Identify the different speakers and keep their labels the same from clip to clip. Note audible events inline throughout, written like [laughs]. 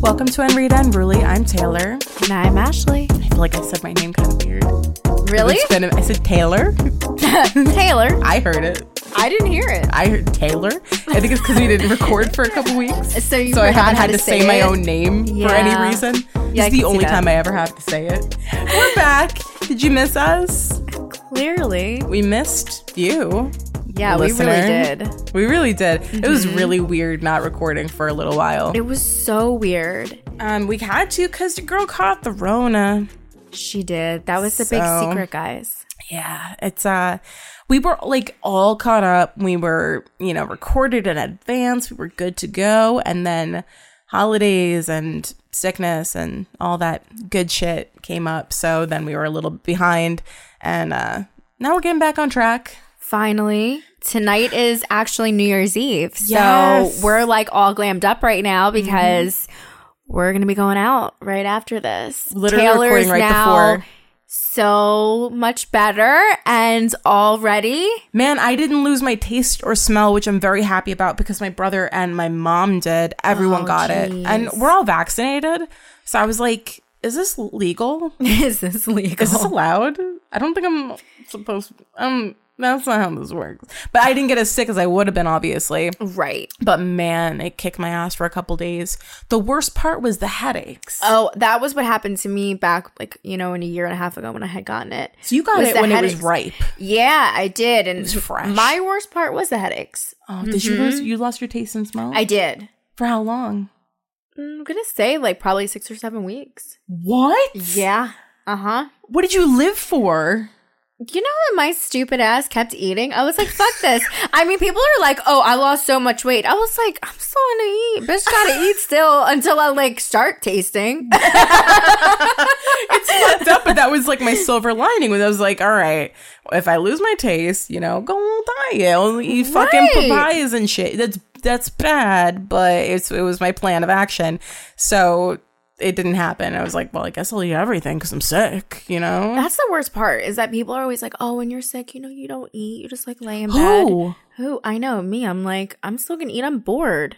Speaker 1: Welcome to Unread Unruly. I'm Taylor.
Speaker 2: And I'm Ashley.
Speaker 1: I feel like I said my name kind of weird.
Speaker 2: Really?
Speaker 1: It's been, I said Taylor.
Speaker 2: [laughs] Taylor.
Speaker 1: I heard it.
Speaker 2: I didn't hear it.
Speaker 1: I heard Taylor. I think it's because we didn't record for a couple weeks.
Speaker 2: [laughs] So you
Speaker 1: so I haven't
Speaker 2: haven't
Speaker 1: had to say, my
Speaker 2: it?
Speaker 1: own name for
Speaker 2: Yeah.
Speaker 1: any reason. This
Speaker 2: Yeah, I
Speaker 1: is
Speaker 2: can
Speaker 1: the
Speaker 2: see
Speaker 1: only
Speaker 2: that.
Speaker 1: time I ever have to say it. We're back. Did you miss us?
Speaker 2: Clearly.
Speaker 1: We missed you.
Speaker 2: Yeah, we
Speaker 1: listener.
Speaker 2: really did.
Speaker 1: We really did. It was really weird not recording for a little while.
Speaker 2: Mm-hmm. It was so weird.
Speaker 1: Um, we had to because the girl caught the Rona.
Speaker 2: She did. That was the
Speaker 1: So-
Speaker 2: big secret, guys.
Speaker 1: Yeah, it's uh we were like all caught up. We were, you know, recorded in advance. We were good to go and then holidays and sickness and all that good shit came up. So then we were a little behind and uh now we're getting back on track.
Speaker 2: Finally, tonight is actually New Year's Eve. So
Speaker 1: Yes. Mm-hmm.
Speaker 2: we're like all glammed up right now because we're going to be going out right after this.
Speaker 1: Literally recording right before.
Speaker 2: so much better and already. [laughs]
Speaker 1: Man, I didn't lose my taste or smell, which I'm very happy about because my brother and my mom did. Everyone
Speaker 2: Oh,
Speaker 1: got it.
Speaker 2: jeez.
Speaker 1: And we're all vaccinated. So I was like, is this legal?
Speaker 2: is this legal?
Speaker 1: Is
Speaker 2: [laughs]
Speaker 1: this allowed? I don't think I'm supposed. Um, that's not how this works. But I didn't get as sick as I would have been, obviously.
Speaker 2: right.
Speaker 1: But man, it kicked my ass for a couple days. The worst part was the headaches.
Speaker 2: Oh, that was what happened to me back, like you know, in a year and a half ago when I had gotten it.
Speaker 1: so you got
Speaker 2: was
Speaker 1: it
Speaker 2: the
Speaker 1: when it was
Speaker 2: headaches.
Speaker 1: ripe.
Speaker 2: Yeah, I did, and
Speaker 1: was fresh.
Speaker 2: My worst part was the headaches.
Speaker 1: Oh, did you lose? You lost your taste and smell.
Speaker 2: Mm-hmm. I did.
Speaker 1: for how long?
Speaker 2: I'm gonna say like probably six or seven weeks.
Speaker 1: What?
Speaker 2: Yeah. Uh huh.
Speaker 1: What did you live for?
Speaker 2: You know what my stupid ass kept eating? I was like, fuck this.
Speaker 1: [laughs]
Speaker 2: I mean, people are like, oh, I lost so much weight. I was like, I'm still gonna eat. Bitch gotta
Speaker 1: [laughs]
Speaker 2: eat still until I like start tasting.
Speaker 1: [laughs] fucked up, but that was like my silver lining when I was like, all right, if I lose my taste, you know, go on a diet, I'll eat fucking
Speaker 2: Right.
Speaker 1: papayas and shit. That's that's bad, but it's it was my plan of action. So it didn't happen. I was like, well, I guess I'll eat everything because I'm sick, you know.
Speaker 2: That's the worst part is that people are always like, oh, when you're sick, you know, you don't eat. You just like lay in bed.
Speaker 1: Who?
Speaker 2: Who I know me. I'm like I'm still gonna eat. I'm bored.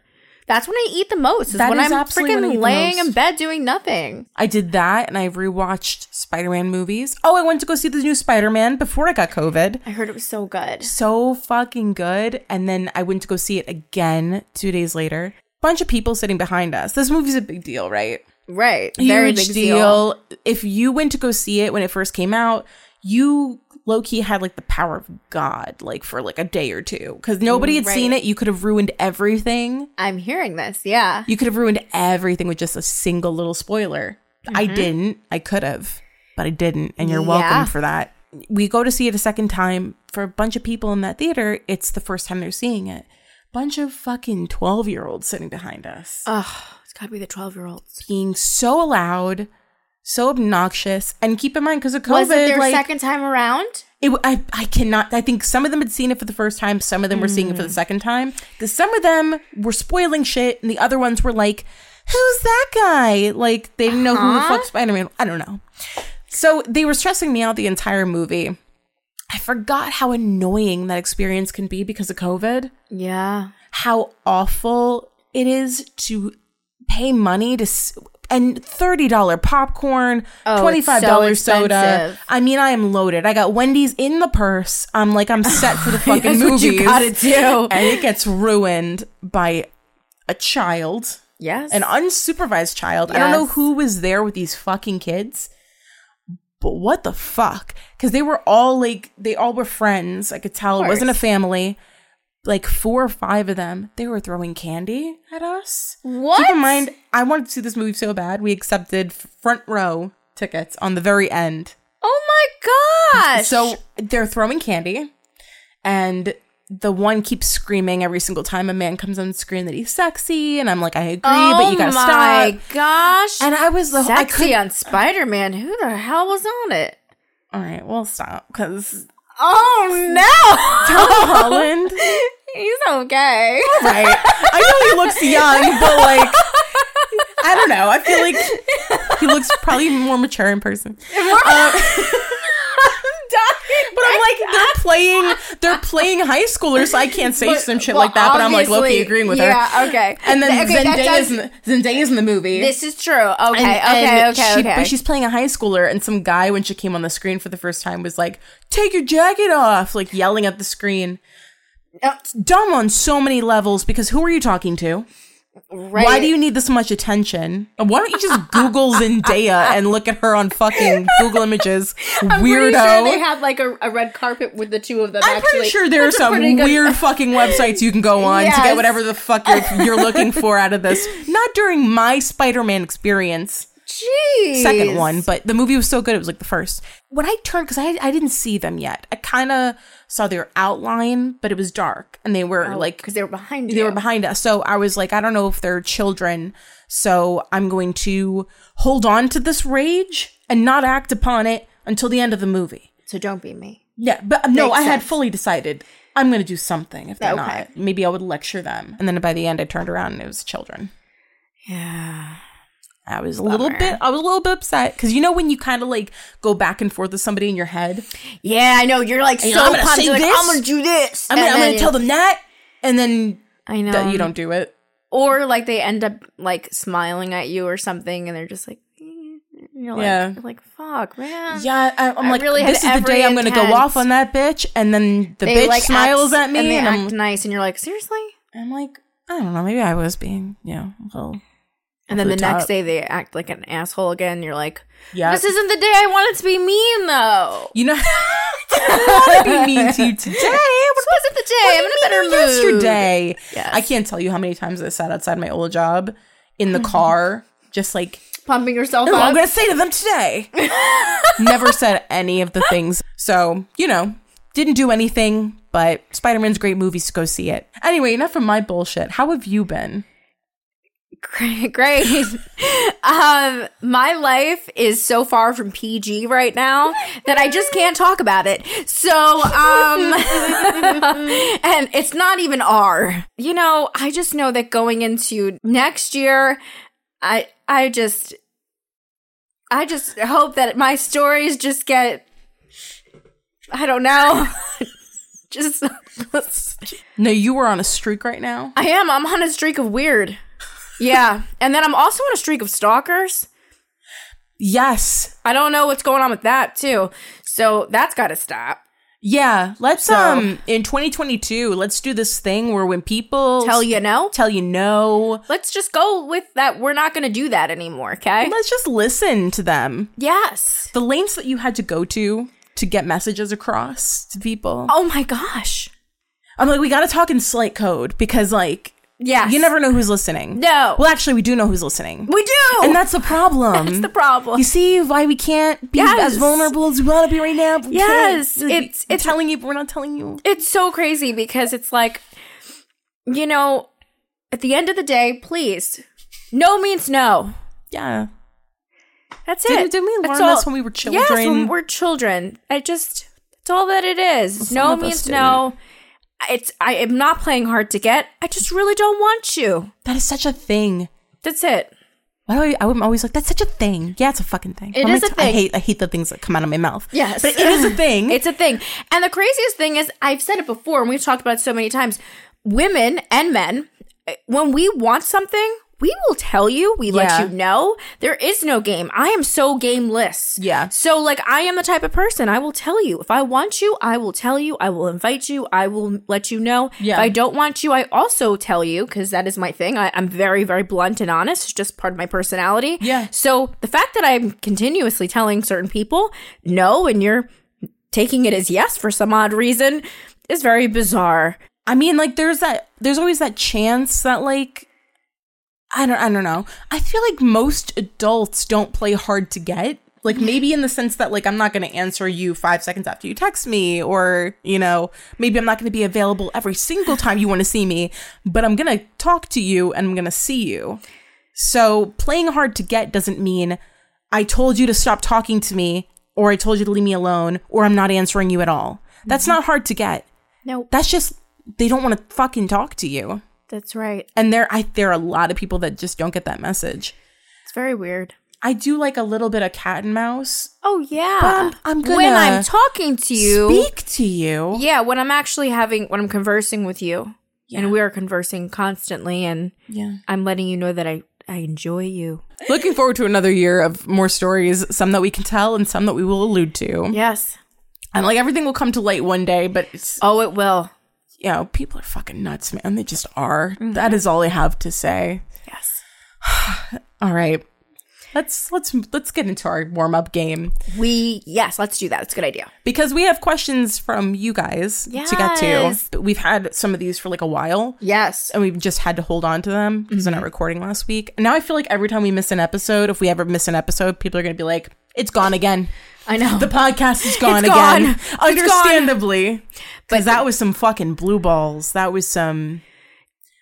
Speaker 2: That's when I eat the most. Is
Speaker 1: That
Speaker 2: when
Speaker 1: is
Speaker 2: I'm
Speaker 1: absolutely when I eat
Speaker 2: freaking
Speaker 1: the
Speaker 2: laying
Speaker 1: most.
Speaker 2: in bed doing nothing.
Speaker 1: I did that, and I rewatched Spider-Man movies. Oh, I went to go see the new Spider-Man before I got COVID.
Speaker 2: I heard it was so good.
Speaker 1: so fucking good. And then I went to go see it again two days later. Bunch of people sitting behind us. This movie's a big deal, right?
Speaker 2: Right,
Speaker 1: Huge
Speaker 2: very big deal.
Speaker 1: If you went to go see it when it first came out, you low key had like the power of God, like for like a day or two, because nobody had
Speaker 2: Mm, Right.
Speaker 1: seen it. You could have ruined everything.
Speaker 2: I'm hearing this. Yeah,
Speaker 1: You could have ruined everything with just a single little spoiler. I didn't. I could have, but I didn't. And you're
Speaker 2: Mm-hmm. Yeah.
Speaker 1: welcome for that. We go to see it a second time for a bunch of people in that theater. It's the first time they're seeing it. Bunch of fucking 12 year olds sitting behind us,
Speaker 2: oh, it's gotta be the twelve year olds.
Speaker 1: being so loud, so obnoxious. And keep in mind, because of COVID,
Speaker 2: Was it their
Speaker 1: like,
Speaker 2: second time around?
Speaker 1: it, I, I cannot. I think some of them had seen it for the first time. Some of them were seeing it for the second time. 'Cause some of them were spoiling shit, and the other ones were like, "Who's that guy?" Like they didn't know who the fuck Spider Man. I don't know. So they were stressing me out the entire movie. I forgot how annoying that experience can be because of COVID.
Speaker 2: Yeah,
Speaker 1: How awful it is to pay money to. S- and thirty dollar popcorn,
Speaker 2: Oh,
Speaker 1: twenty
Speaker 2: it's so
Speaker 1: five dollar soda.
Speaker 2: expensive.
Speaker 1: I mean, I am loaded. I got Wendy's in the purse. I'm like, I'm set
Speaker 2: [laughs]
Speaker 1: for the fucking
Speaker 2: That's what
Speaker 1: movies.
Speaker 2: you gotta do.
Speaker 1: and it gets ruined by a child,
Speaker 2: yes,
Speaker 1: an unsupervised child. I don't know
Speaker 2: Yes.
Speaker 1: who was there with these fucking kids, but what the fuck? Because they were all like, they all were friends. I could tell it wasn't a
Speaker 2: course.
Speaker 1: family. Like four or five of them, they were throwing candy at us.
Speaker 2: what?
Speaker 1: Keep in mind, I wanted to see this movie so bad. We accepted front row tickets on the very end.
Speaker 2: Oh my gosh!
Speaker 1: So they're throwing candy, and the one keeps screaming every single time a man comes on screen that he's sexy. And I'm like, I agree,
Speaker 2: oh
Speaker 1: but you gotta
Speaker 2: my
Speaker 1: stop.
Speaker 2: gosh!
Speaker 1: And I was like, I
Speaker 2: sexy
Speaker 1: could.
Speaker 2: on Spider Man. Who the hell was on it?
Speaker 1: All right, well, stop
Speaker 2: [laughs]
Speaker 1: because
Speaker 2: Oh no!
Speaker 1: Holland.
Speaker 2: He's okay.
Speaker 1: right? I know he looks young, but like, I don't know. I feel
Speaker 2: [laughs]
Speaker 1: like he looks probably more mature in person.
Speaker 2: I'm done.
Speaker 1: Uh, But I'm like, they're playing, they're playing high schoolers. So I can't say some shit
Speaker 2: well,
Speaker 1: like that. But I'm like,
Speaker 2: obviously-
Speaker 1: Loki agreeing with her.
Speaker 2: yeah, okay.
Speaker 1: [laughs] And then
Speaker 2: Okay, that
Speaker 1: Zendaya's,
Speaker 2: does-
Speaker 1: in, Zendaya's in the movie.
Speaker 2: This is true. Okay, okay,
Speaker 1: And- and
Speaker 2: okay,
Speaker 1: she-
Speaker 2: okay.
Speaker 1: But she's playing a high schooler, and some guy, when she came on the screen for the first time, was like, "Take your jacket off!" Like yelling at the screen.
Speaker 2: Uh,
Speaker 1: Dumb on so many levels because who are you talking to?
Speaker 2: right.
Speaker 1: Why do you need this much attention? And Why don't you
Speaker 2: [laughs]
Speaker 1: just Google Zendaya and look at her on fucking Google Images?
Speaker 2: [laughs]
Speaker 1: weirdo.
Speaker 2: I'm pretty sure they had like a, a red carpet with the two of them.
Speaker 1: I'm
Speaker 2: actually.
Speaker 1: pretty sure
Speaker 2: [laughs]
Speaker 1: there are
Speaker 2: That's a
Speaker 1: some
Speaker 2: pretty good-
Speaker 1: weird fucking websites you can
Speaker 2: [laughs]
Speaker 1: go on to
Speaker 2: Yes.
Speaker 1: get whatever the fuck you're, you're looking for out of this. Not during my Spider-Man experience.
Speaker 2: Jeez.
Speaker 1: second one, but the movie was so good. It was like the first. When I turned, because I, I didn't see them yet, I kind of saw their outline, but it was dark and they were like,
Speaker 2: because they were behind
Speaker 1: Oh,
Speaker 2: you.
Speaker 1: they were behind us. So I was like, I don't know if they're children. So I'm going to hold on to this rage and not act upon it until the end of the movie.
Speaker 2: So don't be me.
Speaker 1: Yeah, but no,
Speaker 2: Makes
Speaker 1: I had
Speaker 2: sense.
Speaker 1: fully decided I'm going to do something if they're
Speaker 2: Okay.
Speaker 1: not. Maybe I would lecture them. And then by the end, I turned around and it was children.
Speaker 2: Yeah.
Speaker 1: I was a little bit I was a little bit upset because you know when you kind of like go back and forth with somebody in your head.
Speaker 2: Yeah, I know. You're like so
Speaker 1: know, I'm gonna
Speaker 2: pumped.
Speaker 1: say
Speaker 2: You're like,
Speaker 1: this.
Speaker 2: I'm gonna do this.
Speaker 1: I'm
Speaker 2: And
Speaker 1: gonna, I'm
Speaker 2: then
Speaker 1: gonna tell them that, and then
Speaker 2: I know.
Speaker 1: that you don't do it.
Speaker 2: Or like they end up like smiling at you or something, and they're just like, [laughs] eh. And you're like,
Speaker 1: Yeah.
Speaker 2: you're like fuck, man.
Speaker 1: Yeah, I, I'm
Speaker 2: I
Speaker 1: like
Speaker 2: really had
Speaker 1: this is the day
Speaker 2: every
Speaker 1: I'm gonna go
Speaker 2: intent.
Speaker 1: off on that bitch, and then the
Speaker 2: They
Speaker 1: bitch
Speaker 2: like
Speaker 1: smiles
Speaker 2: act-
Speaker 1: at me,
Speaker 2: and
Speaker 1: and,
Speaker 2: they
Speaker 1: I'm,
Speaker 2: act nice, and you're like, seriously.
Speaker 1: I'm like I don't know, maybe I was being you know a little
Speaker 2: And then
Speaker 1: the
Speaker 2: the, next
Speaker 1: top.
Speaker 2: day they act like an asshole again. You're like,
Speaker 1: yeah.
Speaker 2: this isn't the day I wanted to be mean though.
Speaker 1: you know, [laughs]
Speaker 2: [laughs]
Speaker 1: I didn't want to be mean to you today.
Speaker 2: This wasn't the day. I'm in a better mood.
Speaker 1: yesterday.
Speaker 2: Yes.
Speaker 1: I can't tell you how many times I sat outside my old job in
Speaker 2: Mm-hmm.
Speaker 1: the car, just like
Speaker 2: Pumping yourself
Speaker 1: "Oh, I'm
Speaker 2: up.
Speaker 1: going to say to them today. [laughs] Never said any of the things. So, you know, didn't do anything, but Spider Man's great movies, so go see it. Anyway, enough of my bullshit. How have you been?
Speaker 2: Great, great. um, my life is so far from PG right now that I just can't talk about it. So, um, [laughs] and it's not even R. You know, I just know that going into next year, I, I just, I just hope that my stories just get, I don't know, [laughs] just,
Speaker 1: No, you were on a streak right now.
Speaker 2: I am. I'm on a streak of weird. Yeah. and then I'm also on a streak of stalkers.
Speaker 1: Yes.
Speaker 2: I don't know what's going on with that too. So that's got to stop.
Speaker 1: Yeah. Let's, um, in 2022, let's do this thing where when people
Speaker 2: Tell you no.
Speaker 1: tell you no,
Speaker 2: Let's just go with that. We're not going to do that anymore. Okay.
Speaker 1: let's just listen to them.
Speaker 2: Yes.
Speaker 1: The lengths that you had to go to to get messages across to people.
Speaker 2: Oh my gosh.
Speaker 1: I'm like, we got to talk in slight code because, like,
Speaker 2: Yes.
Speaker 1: You never know who's listening.
Speaker 2: No.
Speaker 1: Well, actually, we do know who's listening.
Speaker 2: We do.
Speaker 1: And that's the problem.
Speaker 2: That's the problem.
Speaker 1: You see why we can't be
Speaker 2: Yes.
Speaker 1: as vulnerable as we want to be right now? but we
Speaker 2: Yes.
Speaker 1: can't.
Speaker 2: It's-
Speaker 1: We're
Speaker 2: it's-
Speaker 1: telling you, but we're not telling you.
Speaker 2: it's so crazy because it's like, you know, at the end of the day, please, no means no.
Speaker 1: Yeah.
Speaker 2: That's
Speaker 1: Didn't-
Speaker 2: it.
Speaker 1: didn't we
Speaker 2: That's
Speaker 1: learn this
Speaker 2: all-
Speaker 1: when we were
Speaker 2: Yes, when
Speaker 1: children?
Speaker 2: we're children. I just it's all that it is.
Speaker 1: some
Speaker 2: no
Speaker 1: of us
Speaker 2: means no. It's I am not playing hard to get. I just really don't want you.
Speaker 1: That is such a thing.
Speaker 2: That's it.
Speaker 1: Why do I? I'm always like, that's such a thing. Yeah, it's a fucking thing.
Speaker 2: It
Speaker 1: How many
Speaker 2: is a
Speaker 1: ti- I
Speaker 2: thing.
Speaker 1: hate. I hate the things that come out of my mouth.
Speaker 2: Yes.
Speaker 1: but it is
Speaker 2: [laughs]
Speaker 1: a thing.
Speaker 2: It's a thing. And the craziest thing is I've said it before and we've talked about it so many times. Women and men, eh, when we want something, we will tell you. We
Speaker 1: Yeah.
Speaker 2: let you know. There is no game. I am so gameless.
Speaker 1: Yeah.
Speaker 2: So like I am the type of person I will tell you. If I want you, I will tell you. I will invite you. I will let you know.
Speaker 1: Yeah.
Speaker 2: If I don't want you, I also tell you because that is my thing. I, I'm very, very blunt and honest. It's just part of my personality.
Speaker 1: Yeah.
Speaker 2: So the fact that I'm continuously telling certain people no and you're taking it as yes for some odd reason is very bizarre.
Speaker 1: I mean, like there's that there's always that chance that like I don't I don't know. I feel like most adults don't play hard to get. Like maybe in the sense that like I'm not going to answer you 5 seconds after you text me or, you know, maybe I'm not going to be available every single time you want to see me, but I'm going to talk to you and I'm going to see you. So, playing hard to get doesn't mean I told you to stop talking to me or I told you to leave me alone or I'm not answering you at all. That's not hard to get
Speaker 2: No,
Speaker 1: that's just they don't want to fucking talk to you
Speaker 2: that's right.
Speaker 1: and there i there are a lot of people that just don't get that message
Speaker 2: It's very weird.
Speaker 1: I do like a little bit of cat and mouse.
Speaker 2: Oh yeah.
Speaker 1: I'm- I'm
Speaker 2: when
Speaker 1: gonna
Speaker 2: I'm talking to you.
Speaker 1: Speak to you.
Speaker 2: Yeah, when I'm actually having when I'm conversing with you. And we are conversing constantly and
Speaker 1: Yeah.
Speaker 2: I'm letting you know that I I enjoy you.
Speaker 1: Looking forward to another year of more stories, some that we can tell and some that we will allude to.
Speaker 2: Yes.
Speaker 1: And like everything will come to light one day, but it's,
Speaker 2: Oh, it will.
Speaker 1: you know, people are fucking nuts, man. They just are. That is all I have to say.
Speaker 2: Yes.
Speaker 1: All right. Let's let's let's get into our warm-up game
Speaker 2: We yes, let's do that. It's a good idea.
Speaker 1: because we have questions from you guys to get to.
Speaker 2: Yes.
Speaker 1: But we've had some of these for like a while.
Speaker 2: Yes.
Speaker 1: and we've just had to hold on to them because they're not
Speaker 2: Mm-hmm.
Speaker 1: recording last week. And now I feel like every time we miss an episode, if we ever miss an episode, people are going to be like, it's gone again.
Speaker 2: I know.
Speaker 1: The podcast is gone
Speaker 2: It's gone.
Speaker 1: again.
Speaker 2: It's gone.
Speaker 1: Understandably. Because that was some fucking blue balls. That was some,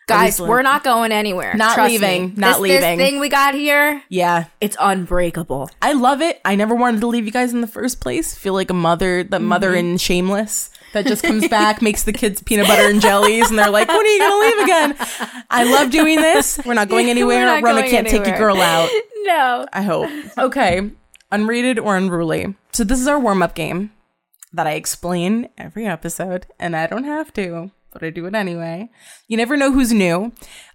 Speaker 2: Guys,
Speaker 1: Obviously.
Speaker 2: we're not going anywhere.
Speaker 1: Not
Speaker 2: Trust
Speaker 1: leaving.
Speaker 2: me.
Speaker 1: Not
Speaker 2: This-
Speaker 1: leaving.
Speaker 2: This thing we got here,
Speaker 1: yeah.
Speaker 2: it's unbreakable.
Speaker 1: I love it. I never wanted to leave you guys in the first place. Feel like a mother, the
Speaker 2: Mm-hmm.
Speaker 1: mother in Shameless that just comes back, makes the kids peanut butter and jellies, and they're like, when are you going to leave again? I love doing this. We're not going anywhere.
Speaker 2: [laughs] We're not
Speaker 1: Rona
Speaker 2: going
Speaker 1: can't take your
Speaker 2: anywhere.
Speaker 1: girl out.
Speaker 2: No.
Speaker 1: I hope. Okay. Unrated or unruly. So this is our warm-up game that I explain every episode, and I don't have to, but I do it anyway. You never know who's new.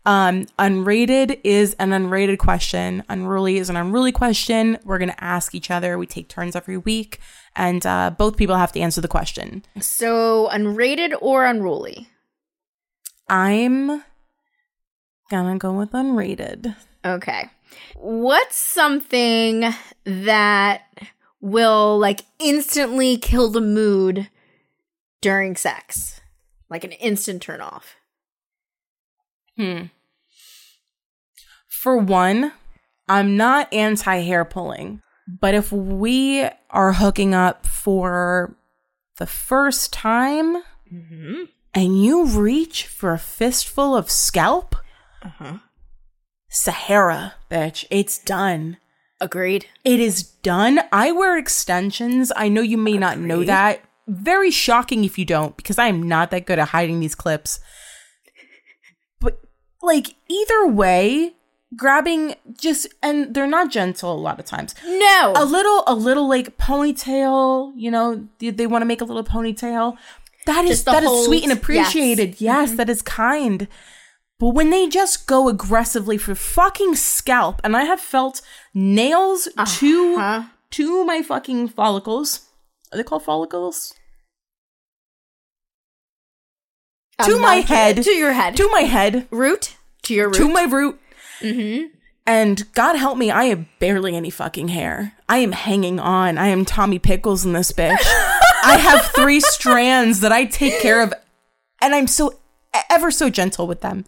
Speaker 1: Um, unrated is an unrated question. Unruly is an unruly question. We're gonna ask each other. We take turns every week, and uh, both people have to answer the question.
Speaker 2: So unrated or unruly?
Speaker 1: I'm gonna go with unrated.
Speaker 2: Okay. What's something that will like instantly kill the mood during sex? Like an instant turn off.
Speaker 1: Hmm. For one, I'm not anti hair pulling, but if we are hooking up for the first time
Speaker 2: Mm-hmm.
Speaker 1: and you reach for a fistful of scalp,
Speaker 2: Uh-huh.
Speaker 1: Sahara, bitch, it's done.
Speaker 2: Agreed.
Speaker 1: It is done. I wear extensions. I know you may not know
Speaker 2: Agreed.
Speaker 1: that. Very shocking if you don't, because I am not that good at hiding these clips. But, like, either way, grabbing just, and they're not gentle a lot of times.
Speaker 2: No.
Speaker 1: A little, a little like ponytail, you know, they, they want to make a little ponytail. That is,
Speaker 2: Just the
Speaker 1: that is
Speaker 2: hold.
Speaker 1: sweet and
Speaker 2: Yes. Mm-hmm.
Speaker 1: appreciated. Yes, that is kind. But when they just go aggressively for fucking scalp, and I have felt nails
Speaker 2: Uh-huh.
Speaker 1: to to my fucking follicles. Are they called follicles?
Speaker 2: I'm
Speaker 1: to my
Speaker 2: not-
Speaker 1: head.
Speaker 2: To your head.
Speaker 1: To my head,
Speaker 2: root. To your root.
Speaker 1: to my root,
Speaker 2: mm-hmm.
Speaker 1: and God help me, I have barely any fucking hair. I am hanging on. I am Tommy Pickles in this
Speaker 2: [laughs]
Speaker 1: bitch. I have three strands that I take care of, and I'm so e-, ever so gentle with them.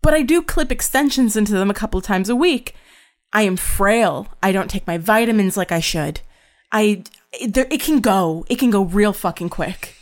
Speaker 1: But I do clip extensions into them a couple times a week. I am frail. I don't take my vitamins like I should. I it, there, it can go. It can go real fucking quick.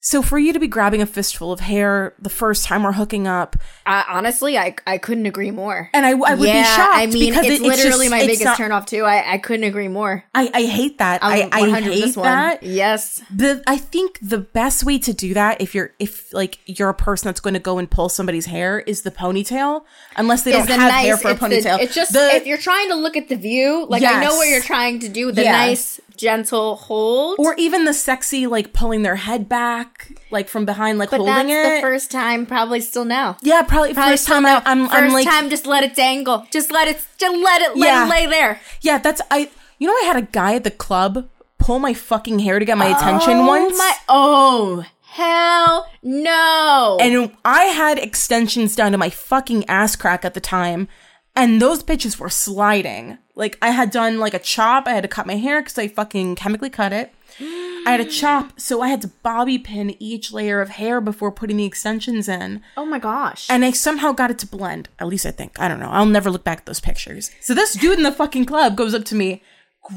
Speaker 1: So for you to be grabbing a fistful of hair the first time we're hooking up,
Speaker 2: I, honestly, I I couldn't agree more.
Speaker 1: and I, I would be shocked.
Speaker 2: I mean,
Speaker 1: because
Speaker 2: it's
Speaker 1: it-
Speaker 2: literally
Speaker 1: just-
Speaker 2: my
Speaker 1: it's
Speaker 2: biggest
Speaker 1: not-
Speaker 2: turn off too. I, I couldn't agree more.
Speaker 1: I, I hate that. I,
Speaker 2: I'm
Speaker 1: I
Speaker 2: 100
Speaker 1: hate that.
Speaker 2: Yes.
Speaker 1: The I think the best way to do that if you're if like you're a person that's going to go and pull somebody's hair is the ponytail, unless they
Speaker 2: Is
Speaker 1: don't
Speaker 2: the
Speaker 1: have hair
Speaker 2: nice-
Speaker 1: for a
Speaker 2: it's the-
Speaker 1: ponytail.
Speaker 2: it's just
Speaker 1: The-
Speaker 2: if you're trying to look at the view, like I know what
Speaker 1: Yes.
Speaker 2: you're trying to do. The
Speaker 1: Yeah.
Speaker 2: nice, gentle hold.
Speaker 1: or even the sexy like pulling their head back like from behind like
Speaker 2: but
Speaker 1: holding
Speaker 2: that's
Speaker 1: it.
Speaker 2: the first time. Probably still now.
Speaker 1: yeah, probably, first time I, I'm
Speaker 2: First
Speaker 1: I'm like
Speaker 2: time, just let it dangle. Just let it. Just let it. Let
Speaker 1: Yeah.
Speaker 2: it lay there.
Speaker 1: yeah that's I you know I had a guy at the club pull my fucking hair to get my attention
Speaker 2: oh
Speaker 1: once.
Speaker 2: My, oh hell no!
Speaker 1: And I had extensions down to my fucking ass crack at the time, and those bitches were sliding. Like I had done like a chop, I had to cut my hair because I fucking chemically cut it. I had a chop, so I had to bobby pin each layer of hair before putting the extensions in.
Speaker 2: oh my gosh!
Speaker 1: And I somehow got it to blend. At least I think. I don't know. I'll never look back at those pictures. So this dude in the fucking club goes up to me,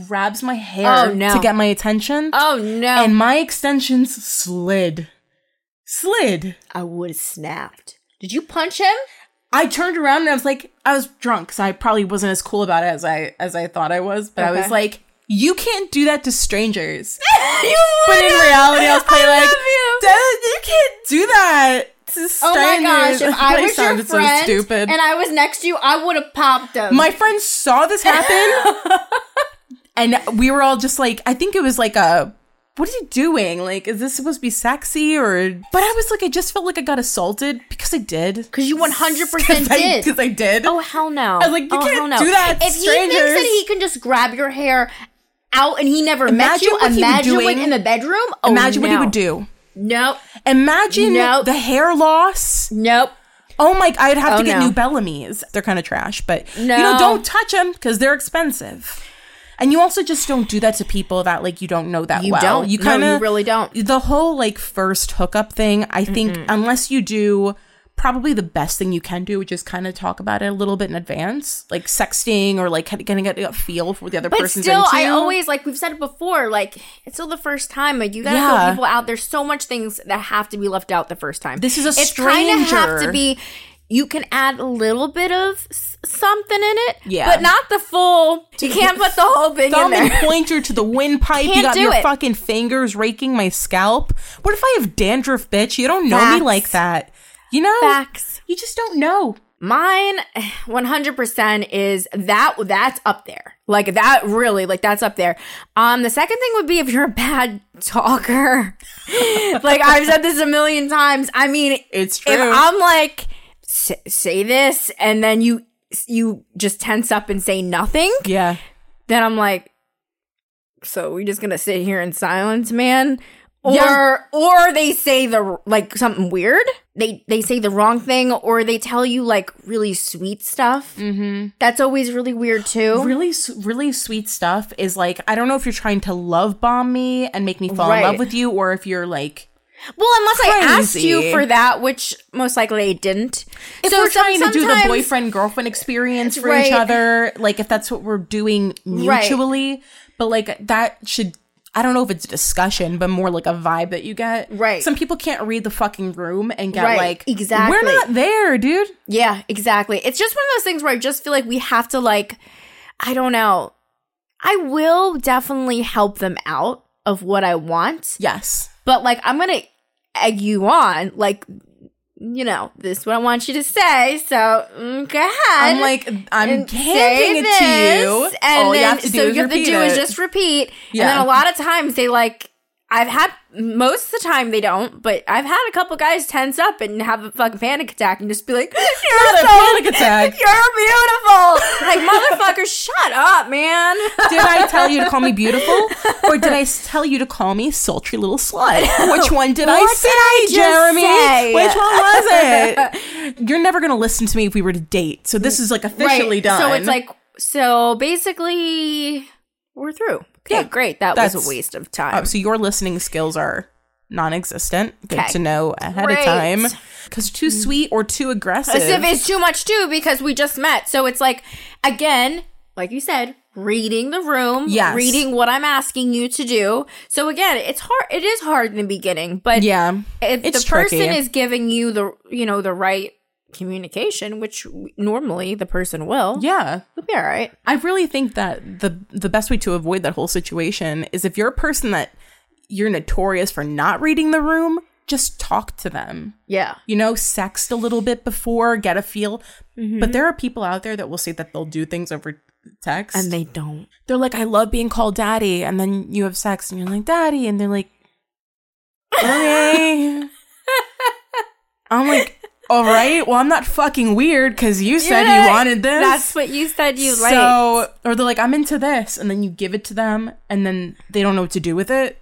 Speaker 1: grabs my hair
Speaker 2: Oh, no.
Speaker 1: to get my attention,
Speaker 2: oh no!
Speaker 1: and my extensions slid. Slid.
Speaker 2: I would have snapped. Did you punch him?
Speaker 1: I turned around and I was like, I was drunk, so I probably wasn't as cool about it as I as I thought I was. But I was
Speaker 2: Okay.
Speaker 1: like, you can't do that to strangers.
Speaker 2: [laughs] you [laughs]
Speaker 1: but in reality, I was probably
Speaker 2: I
Speaker 1: like,
Speaker 2: love you.
Speaker 1: "Dad, you can't do that to Mrs.
Speaker 2: Oh my
Speaker 1: Steiner. [laughs]
Speaker 2: gosh, [laughs] if I
Speaker 1: They
Speaker 2: was your
Speaker 1: sounded so
Speaker 2: friend
Speaker 1: stupid.
Speaker 2: and I was next to you, I would have popped them. [laughs]
Speaker 1: my friend saw this happen and we were all just like i think it was like a what are you doing like is this supposed to be sexy or but i was like i just felt like i got assaulted because i did because [laughs]
Speaker 2: you 100% did.
Speaker 1: because i did
Speaker 3: Oh hell no!
Speaker 1: I was like, you
Speaker 3: oh,
Speaker 1: can't
Speaker 3: hell no.
Speaker 1: do that,
Speaker 2: if he thinks
Speaker 1: strangers.
Speaker 2: that he can just grab your hair out and he never met
Speaker 1: Imagine
Speaker 2: you,
Speaker 1: what he would
Speaker 2: imagine what
Speaker 1: doing.
Speaker 2: in the bedroom. Oh,
Speaker 1: imagine what he
Speaker 2: no.
Speaker 1: would do
Speaker 2: Nope,
Speaker 1: imagine
Speaker 2: Nope.
Speaker 1: the hair loss
Speaker 2: nope.
Speaker 1: oh my i'd have
Speaker 3: Oh,
Speaker 1: to get
Speaker 3: no.
Speaker 1: new bellamy's they're kind of trash but you
Speaker 3: No.
Speaker 1: know don't touch them because they're expensive and you also just don't do that to people that like you don't know that
Speaker 3: You
Speaker 1: well.
Speaker 3: don't.
Speaker 1: You
Speaker 3: No,
Speaker 1: kind of
Speaker 3: you really don't.
Speaker 1: the whole like first hookup thing, I think unless you do probably the best thing you can do, which is kind of talk about it a little bit in advance, like sexting or like kind of getting a a feel for what the other
Speaker 2: But
Speaker 1: person's
Speaker 2: still,
Speaker 1: into.
Speaker 2: I always like we've said it before. Like it's still the first time. Like you gotta
Speaker 1: Yeah.
Speaker 2: feel people out. There's so much things that have to be left out the first time.
Speaker 1: This is a
Speaker 2: it's kinda have
Speaker 1: stranger.
Speaker 2: to be. You can add a little bit of s- something in it,
Speaker 1: Yeah.
Speaker 2: but not the full.
Speaker 1: [laughs]
Speaker 2: You can't put the whole thing in
Speaker 1: thumb and [laughs]
Speaker 2: there. [laughs]
Speaker 1: pointer to the windpipe. you
Speaker 2: Can't
Speaker 1: got
Speaker 2: do
Speaker 1: your
Speaker 2: it.
Speaker 1: fucking fingers raking my scalp. What if I have dandruff, bitch? You don't know
Speaker 2: Facts.
Speaker 1: me like that. You know?
Speaker 2: Facts.
Speaker 1: You just don't know.
Speaker 2: Mine, [sighs] 100% is that, that's up there. Like that really, like that's up there. Um, the second thing would be if you're a bad [laughs] talker. [laughs] like I've said this a million times. I mean,
Speaker 1: It's
Speaker 2: if
Speaker 1: true.
Speaker 2: I'm like, "S- say this, and then you, you just tense up and say nothing,
Speaker 1: Yeah.
Speaker 2: then I'm like, so we just gonna sit here in silence, man? Or
Speaker 1: Yeah.
Speaker 2: or they say the like something weird. They they say the wrong thing, or they tell you like really sweet stuff. Mm-hmm. That's always really weird too.
Speaker 1: Really, s- really sweet stuff is like, I don't know if you're trying to love bomb me and make me fall in
Speaker 2: Right.
Speaker 1: love with you or if you're like,
Speaker 2: Well, unless I asked you
Speaker 1: Crazy.
Speaker 2: for that, which most likely I didn't.
Speaker 1: if we're
Speaker 2: some-
Speaker 1: trying to do the
Speaker 2: sometimes-
Speaker 1: boyfriend girlfriend experience for
Speaker 2: Right.
Speaker 1: each other, like if that's what we're doing
Speaker 2: Right.
Speaker 1: mutually, but like that should I don't know if it's a discussion, but more like a vibe that you get.
Speaker 2: Right.
Speaker 1: Some people can't read the fucking room and get
Speaker 2: Right.
Speaker 1: like
Speaker 2: Exactly.
Speaker 1: We're not there, dude.
Speaker 2: Yeah, exactly. It's just one of those things where I just feel like we have to like I don't know. I will definitely help them out of what I want.
Speaker 1: Yes.
Speaker 2: but like I'm gonna egg you on, like you know, this is what I want you to say. So mm, go ahead.
Speaker 1: I'm like I'm
Speaker 2: and say
Speaker 1: handing it
Speaker 2: this,
Speaker 1: to you.
Speaker 2: and
Speaker 1: All
Speaker 2: then
Speaker 1: you have to do
Speaker 2: so
Speaker 1: is
Speaker 2: you have to
Speaker 1: repeat
Speaker 2: do is
Speaker 1: it.
Speaker 2: just repeat.
Speaker 1: Yeah.
Speaker 2: And then a lot of times they like. I've had most of the time they don't, but I've had a couple guys tense up and have a fucking panic attack and just be like, "You're
Speaker 1: [laughs] Not a
Speaker 2: so,
Speaker 1: panic attack.
Speaker 2: [laughs] You're beautiful." like motherfucker, shut up, man.
Speaker 1: Did I tell you to call me beautiful, or did I s- tell you to call me sultry little slut? Which one did I
Speaker 2: What
Speaker 1: say,
Speaker 2: did I just
Speaker 1: Jeremy?
Speaker 2: say?
Speaker 1: Which one was it? You're never gonna listen to me if we were to date. So this is like officially done.
Speaker 2: So it's like so basically we're through. Okay,
Speaker 1: Yeah,
Speaker 2: great. That was
Speaker 1: that's-
Speaker 2: a waste of time.
Speaker 1: Uh, so your listening skills are non-existent. Good
Speaker 2: Okay.
Speaker 1: to know ahead
Speaker 2: Great. Mm.
Speaker 1: of time because too sweet or too aggressive.
Speaker 2: As if it's too much too because we just met. So it's like again, like you said, reading the room,
Speaker 1: Yes.
Speaker 2: reading what I'm asking you to do. So again, it's hard it is hard in the beginning, but
Speaker 1: yeah,
Speaker 2: if
Speaker 1: it's
Speaker 2: the person
Speaker 1: tricky.
Speaker 2: is giving you the you know the right communication, which normally the person will,
Speaker 1: yeah.
Speaker 2: it'll be all right.
Speaker 1: I really think that the the best way to avoid that whole situation is if you're a person that you're notorious for not reading the room, just talk to them.
Speaker 2: Yeah.
Speaker 1: You know, sext a little bit before, get a feel. But there are people out there that will say that they'll do things over text.
Speaker 2: And they don't.
Speaker 1: they're like, I love being called daddy. And then you have sex and you're like, daddy. And they're like, okay. [laughs] I'm like, all right. Well, I'm not fucking weird because you said you wanted this.
Speaker 2: That's what you said you like.
Speaker 1: So, or they're like, I'm into this, and then you give it to them, and then they don't know what to do with it.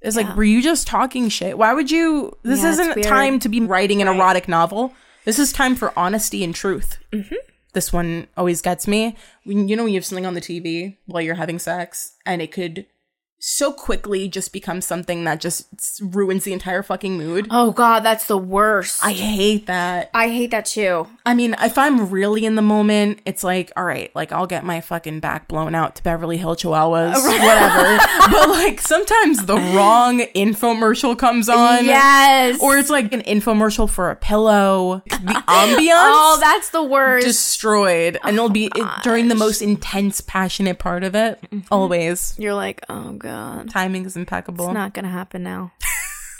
Speaker 1: It's like, were you just talking shit? Why would you? This
Speaker 2: Yeah, it's
Speaker 1: isn't
Speaker 2: weird.
Speaker 1: time to be writing an erotic novel. This is time for honesty and truth. Mm-hmm. This one always gets me. When, you know, when you have something on the TV while you're having sex, and it could so quickly just become something that just s- ruins the entire fucking mood.
Speaker 2: Oh god, that's the worst.
Speaker 1: I hate that.
Speaker 2: I hate that too.
Speaker 1: I mean, if I'm really in the moment, it's like, all right, like I'll get my fucking back blown out to Beverly Hill
Speaker 2: [laughs]
Speaker 1: Chihuahuas, whatever. but like sometimes the wrong infomercial comes on.
Speaker 2: Yes.
Speaker 1: Or it's like an infomercial for a pillow. The ambiance
Speaker 2: [laughs] oh, that's the worst.
Speaker 1: destroyed. And it'll be it, during the
Speaker 2: Oh
Speaker 1: most intense, passionate part of it.
Speaker 2: Mm-hmm.
Speaker 1: Always.
Speaker 2: You're like, oh god,
Speaker 1: Timing is impeccable.
Speaker 2: [laughs] it's not gonna happen now.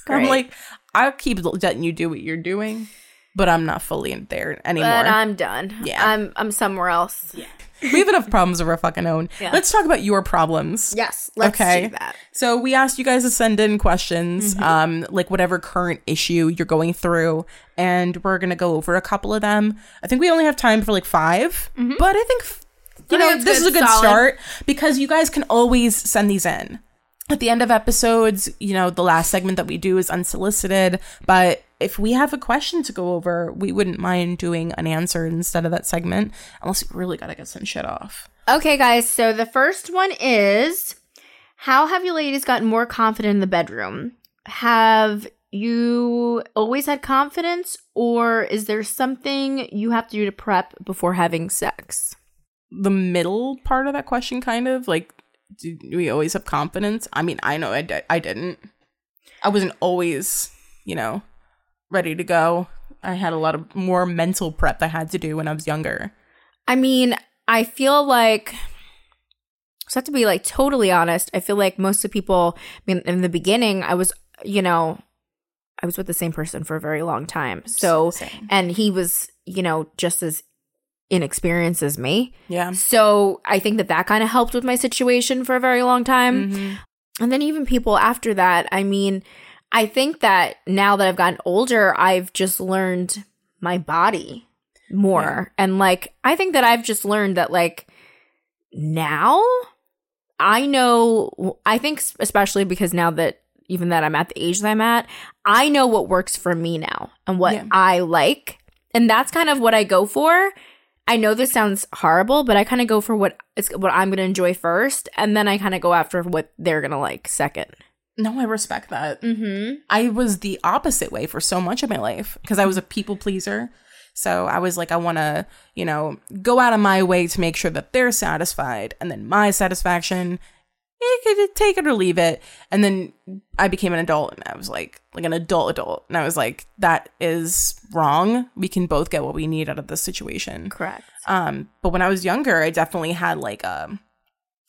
Speaker 1: I'm like, I'll keep letting you do what you're doing, but I'm not fully in there anymore.
Speaker 2: But I'm done.
Speaker 1: Yeah.
Speaker 2: I'm I'm somewhere else.
Speaker 1: we have enough problems of our fucking own. Let's talk about your problems.
Speaker 2: Yes. Let's
Speaker 1: okay.
Speaker 2: do that. Mm-hmm.
Speaker 1: So we asked you guys to send in questions, um, like whatever current issue you're going through, and we're gonna go over a couple of them. I think we only have time for like 5 but I think f- you
Speaker 2: Mm-hmm. I think
Speaker 1: know
Speaker 2: that's
Speaker 1: this is
Speaker 2: good,
Speaker 1: a good
Speaker 2: solid.
Speaker 1: start because you guys can always send these in. At the end of episodes, you know, the last segment that we do is unsolicited, but if we have a question to go over, we wouldn't mind doing an answer instead of that segment, unless we really gotta get some shit off.
Speaker 2: Okay, guys. So the first one is How have you ladies gotten more confident in the bedroom? Have you always had confidence, or is there something you have to do to prep before having sex?
Speaker 1: the middle part of that question kind of like do we always have confidence i mean i know i, di- I didn't i wasn't always you know ready to go i had a lot of more mental prep i had to do when i was younger
Speaker 2: I mean, I feel like so I have to be like totally honest. I feel like most of the people, I mean, in the beginning, I was, you know, I was with the same person for a very long time. So,
Speaker 1: Same.
Speaker 2: and he was, you know, just as inexperienced as me.
Speaker 1: yeah
Speaker 2: So I think that that kind of helped with my situation for a very long time.
Speaker 1: Mm-hmm.
Speaker 2: And then even people after that, I mean, I think that now that I've gotten older, I've just learned my body more. And like, I think that I've just learned that like now I know, I think, s- especially because now that even that I'm at the age that I'm at, I know what works for me now and what
Speaker 1: Yeah.
Speaker 2: I like. And that's kind of what I go for. I know this sounds horrible, but I kind of go for what it's what I'm gonna enjoy first, and then I kind of go after what they're gonna like second.
Speaker 1: no i respect that
Speaker 2: Mm-hmm.
Speaker 1: i was the opposite way for so much of my life because i was a people pleaser so i was like i want to you know go out of my way to make sure that they're satisfied and then my satisfaction you could take it or leave it. And then I became an adult and I was like, like an adult adult. And I was like, that is wrong. We can both get what we need out of this situation.
Speaker 2: Correct.
Speaker 1: Um, but when I was younger, I definitely had like a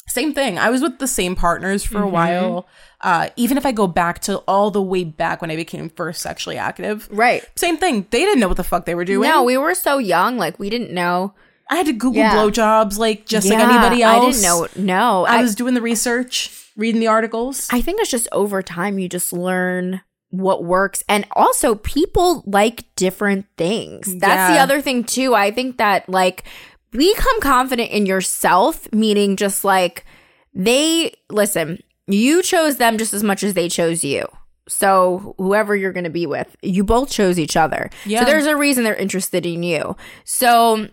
Speaker 1: same thing. I was with the same partners for a
Speaker 2: Mm-hmm.
Speaker 1: while. Uh, even if I go back to all the way back when I became first sexually active,
Speaker 2: Right.
Speaker 1: same thing. They didn't know what the fuck they were doing.
Speaker 2: No, we were so young, like we didn't know.
Speaker 1: I had to Google
Speaker 2: Yeah.
Speaker 1: blowjobs like just like
Speaker 2: Yeah,
Speaker 1: anybody else.
Speaker 2: I didn't know. No,
Speaker 1: I
Speaker 2: I,
Speaker 1: was doing the research, reading the articles.
Speaker 2: I think it's just over time you just learn what works, and also people like different things. That's the
Speaker 1: Yeah.
Speaker 2: other thing too. I think that like become confident in yourself, meaning just like they listen you chose them just as much as they chose you so whoever you're going to be with you both chose each other
Speaker 1: Yeah.
Speaker 2: so there's a reason they're interested in you so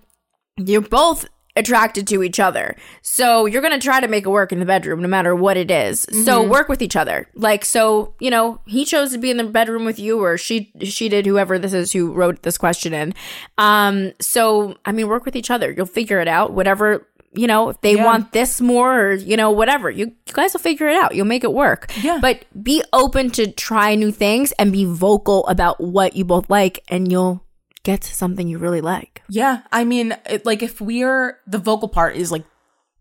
Speaker 2: you're both attracted to each other so you're going to try to make it work in the bedroom no matter what it is. so work with each other like so you know he chose to be in the bedroom with you or she she did whoever this is who wrote this question in um so i mean work with each other you'll figure it out whatever you know, if they
Speaker 1: Yeah.
Speaker 2: want this more or, you know, whatever. You, you guys will figure it out. You'll make it work.
Speaker 1: Yeah.
Speaker 2: But be open to try new things and be vocal about what you both like and you'll get to something you really like.
Speaker 1: Yeah, I mean, it, like if we're the vocal part is like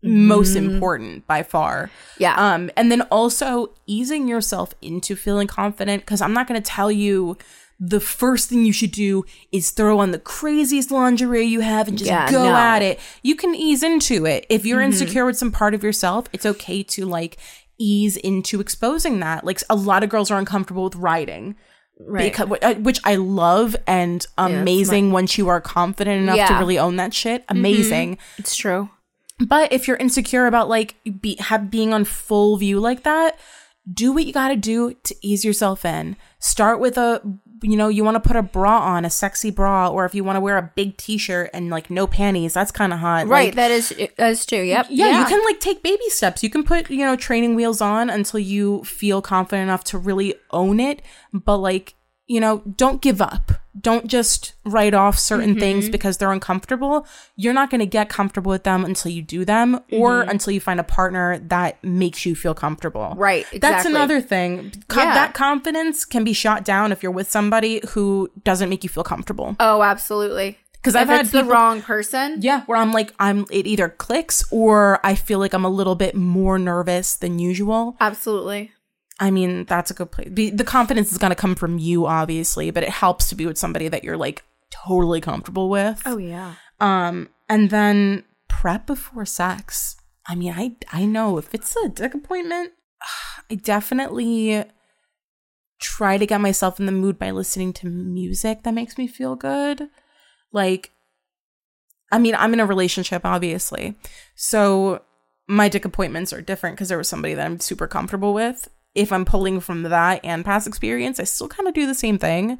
Speaker 1: most important by far.
Speaker 2: Mm-hmm. Yeah.
Speaker 1: Um, and then also easing yourself into feeling confident because I'm not going to tell you the first thing you should do is throw on the craziest lingerie you have and just
Speaker 2: Yeah,
Speaker 1: go
Speaker 2: no. Mm-hmm.
Speaker 1: at it. You can ease into it. If you're insecure with some part of yourself, it's okay to like ease into exposing that. Like a lot of girls are uncomfortable with writing.
Speaker 2: Right.
Speaker 1: Because, wh- uh, which I love and amazing once you are confident enough to
Speaker 2: Yeah. Mm-hmm.
Speaker 1: really own that shit. Amazing.
Speaker 2: It's true.
Speaker 1: But if you're insecure about like be, have being on full view like that, do what you got to do to ease yourself in. Start with a you know, you want to put a bra on, a sexy bra, or if you want to wear a big t-shirt and like no panties, that's kind of hot.
Speaker 2: Right.
Speaker 1: Like,
Speaker 2: that is that is true. Yep.
Speaker 1: yeah, you can like take baby steps. You can put, you know, training wheels on until you feel confident enough to really own it. But like, you know, don't give up. Don't just write off certain
Speaker 2: Mm-hmm.
Speaker 1: things because they're uncomfortable. You're not going to get comfortable with them until you do them or
Speaker 2: Mm-hmm.
Speaker 1: until you find a partner that makes you feel comfortable.
Speaker 2: Right,
Speaker 1: That's
Speaker 2: exactly.
Speaker 1: another thing. Co-
Speaker 2: Yeah.
Speaker 1: That confidence can be shot down if you're with somebody who doesn't make you feel comfortable.
Speaker 2: Oh, absolutely.
Speaker 1: 'Cause
Speaker 2: If
Speaker 1: I've had
Speaker 2: it's the
Speaker 1: people-
Speaker 2: wrong person.
Speaker 1: Yeah, where I'm like, I'm it either clicks or I feel like I'm a little bit more nervous than usual.
Speaker 2: Absolutely.
Speaker 1: I mean, that's a good place. The, the confidence is going to come from you, obviously, but it helps to be with somebody that you're like totally comfortable with.
Speaker 2: Oh yeah.
Speaker 1: Um, and then prep before sex. I mean, I I know if it's a dick appointment, [sighs] I definitely try to get myself in the mood by listening to music that makes me feel good. Like, I mean, I'm in a relationship, obviously, so my dick appointments are different because there was somebody that I'm super comfortable with. If I'm pulling from that and past experience, I still kind of do the same thing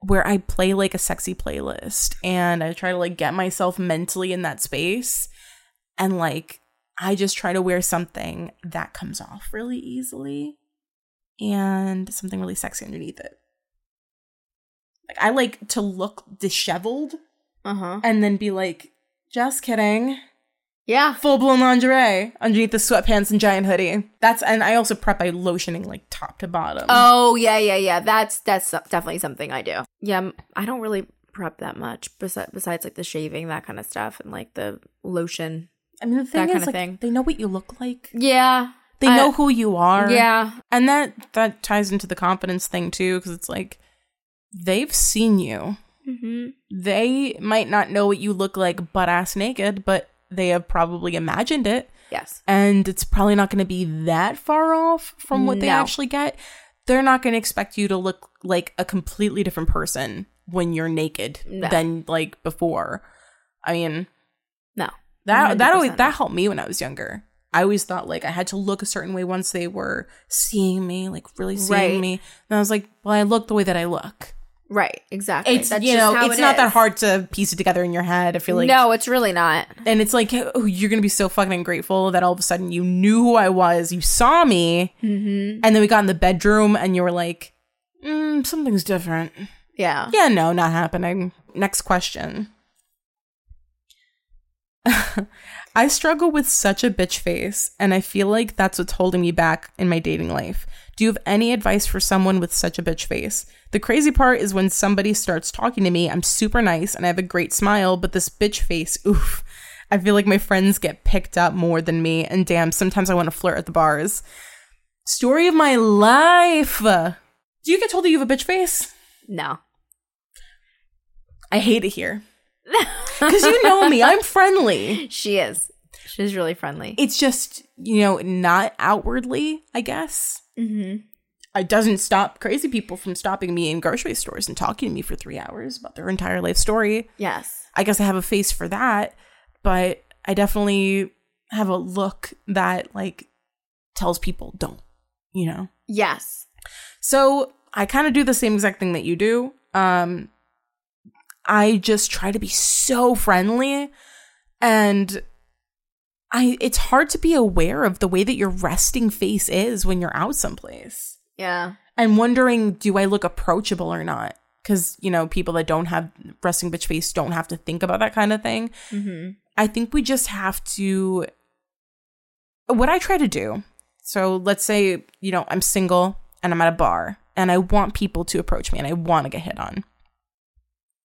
Speaker 1: where I play like a sexy playlist and I try to like get myself mentally in that space and like I just try to wear something that comes off really easily and something really sexy underneath it. Like I like to look disheveled
Speaker 2: Uh huh.
Speaker 1: and then be like just kidding.
Speaker 2: Yeah.
Speaker 1: Full blown lingerie underneath the sweatpants and giant hoodie. That's and I also prep by lotioning like top to bottom.
Speaker 2: Oh yeah, yeah, yeah. That's that's so- definitely something I do. Yeah, m- I don't really prep that much besides, besides like the shaving, that kind of stuff, and like the lotion.
Speaker 1: I mean the thing
Speaker 2: that
Speaker 1: is
Speaker 2: kinda
Speaker 1: like
Speaker 2: thing.
Speaker 1: they know what you look like.
Speaker 2: Yeah.
Speaker 1: They
Speaker 2: I-
Speaker 1: know who you are.
Speaker 2: Yeah.
Speaker 1: and that that ties into the confidence thing too because it's like they've seen you
Speaker 2: Mm-hmm.
Speaker 1: they might not know what you look like butt ass naked but they have probably imagined it
Speaker 2: Yes.
Speaker 1: and it's probably not going to be that far off from what they
Speaker 2: No.
Speaker 1: actually get they're not going to expect you to look like a completely different person when you're naked
Speaker 2: No.
Speaker 1: than like before i mean
Speaker 2: No.
Speaker 1: that that always
Speaker 2: 100%
Speaker 1: that helped me when I was younger. I always thought like I had to look a certain way once they were seeing me, like really seeing
Speaker 2: Right.
Speaker 1: me. And I was like, well, I look the way that I look.
Speaker 2: Right. Exactly.
Speaker 1: It's
Speaker 2: That's
Speaker 1: you
Speaker 2: just
Speaker 1: know,
Speaker 2: how
Speaker 1: it's
Speaker 2: it
Speaker 1: not that
Speaker 2: is.
Speaker 1: hard to piece it together in your head. I feel like
Speaker 2: no, it's really not.
Speaker 1: and it's like oh, you're gonna be so fucking ungrateful that all of a sudden you knew who I was, you saw me,
Speaker 2: Mm-hmm.
Speaker 1: and then we got in the bedroom and you were like, mm, something's different.
Speaker 2: Yeah.
Speaker 1: Yeah, no, not happening. Next question. [laughs] I struggle with such a bitch face, and I feel like that's what's holding me back in my dating life. Do you have any advice for someone with such a bitch face? The crazy part is when somebody starts talking to me, I'm super nice and I have a great smile, but this bitch face, [laughs] oof. I feel like my friends get picked up more than me, and damn, sometimes I want to flirt at the bars. Story of my life. Do you get told that you have a bitch face?
Speaker 2: [laughs] No.
Speaker 1: I hate it here. Because you know me, I'm friendly.
Speaker 2: [laughs] She is. She's really friendly.
Speaker 1: It's just, you know, not outwardly, I guess.
Speaker 2: Mm-hmm.
Speaker 1: It doesn't stop crazy people from stopping me in grocery stores and talking to me for three hours about their entire life story.
Speaker 2: Yes.
Speaker 1: I guess I have a face for that, but I definitely have a look that, like, tells people don't, you know?
Speaker 2: Yes.
Speaker 1: So I kind of do the same exact thing that you do. Um, I just try to be so friendly, and I it's hard to be aware of the way that your resting face is when you're out someplace
Speaker 2: Yeah.
Speaker 1: and wondering do I look approachable or not. Because, you know, people that don't have resting bitch face don't have to think about that kind of thing.
Speaker 2: Mm-hmm.
Speaker 1: I think we just have to. What I try to do, so let's say, you know, I'm single and I'm at a bar and I want people to approach me and I want to get hit on.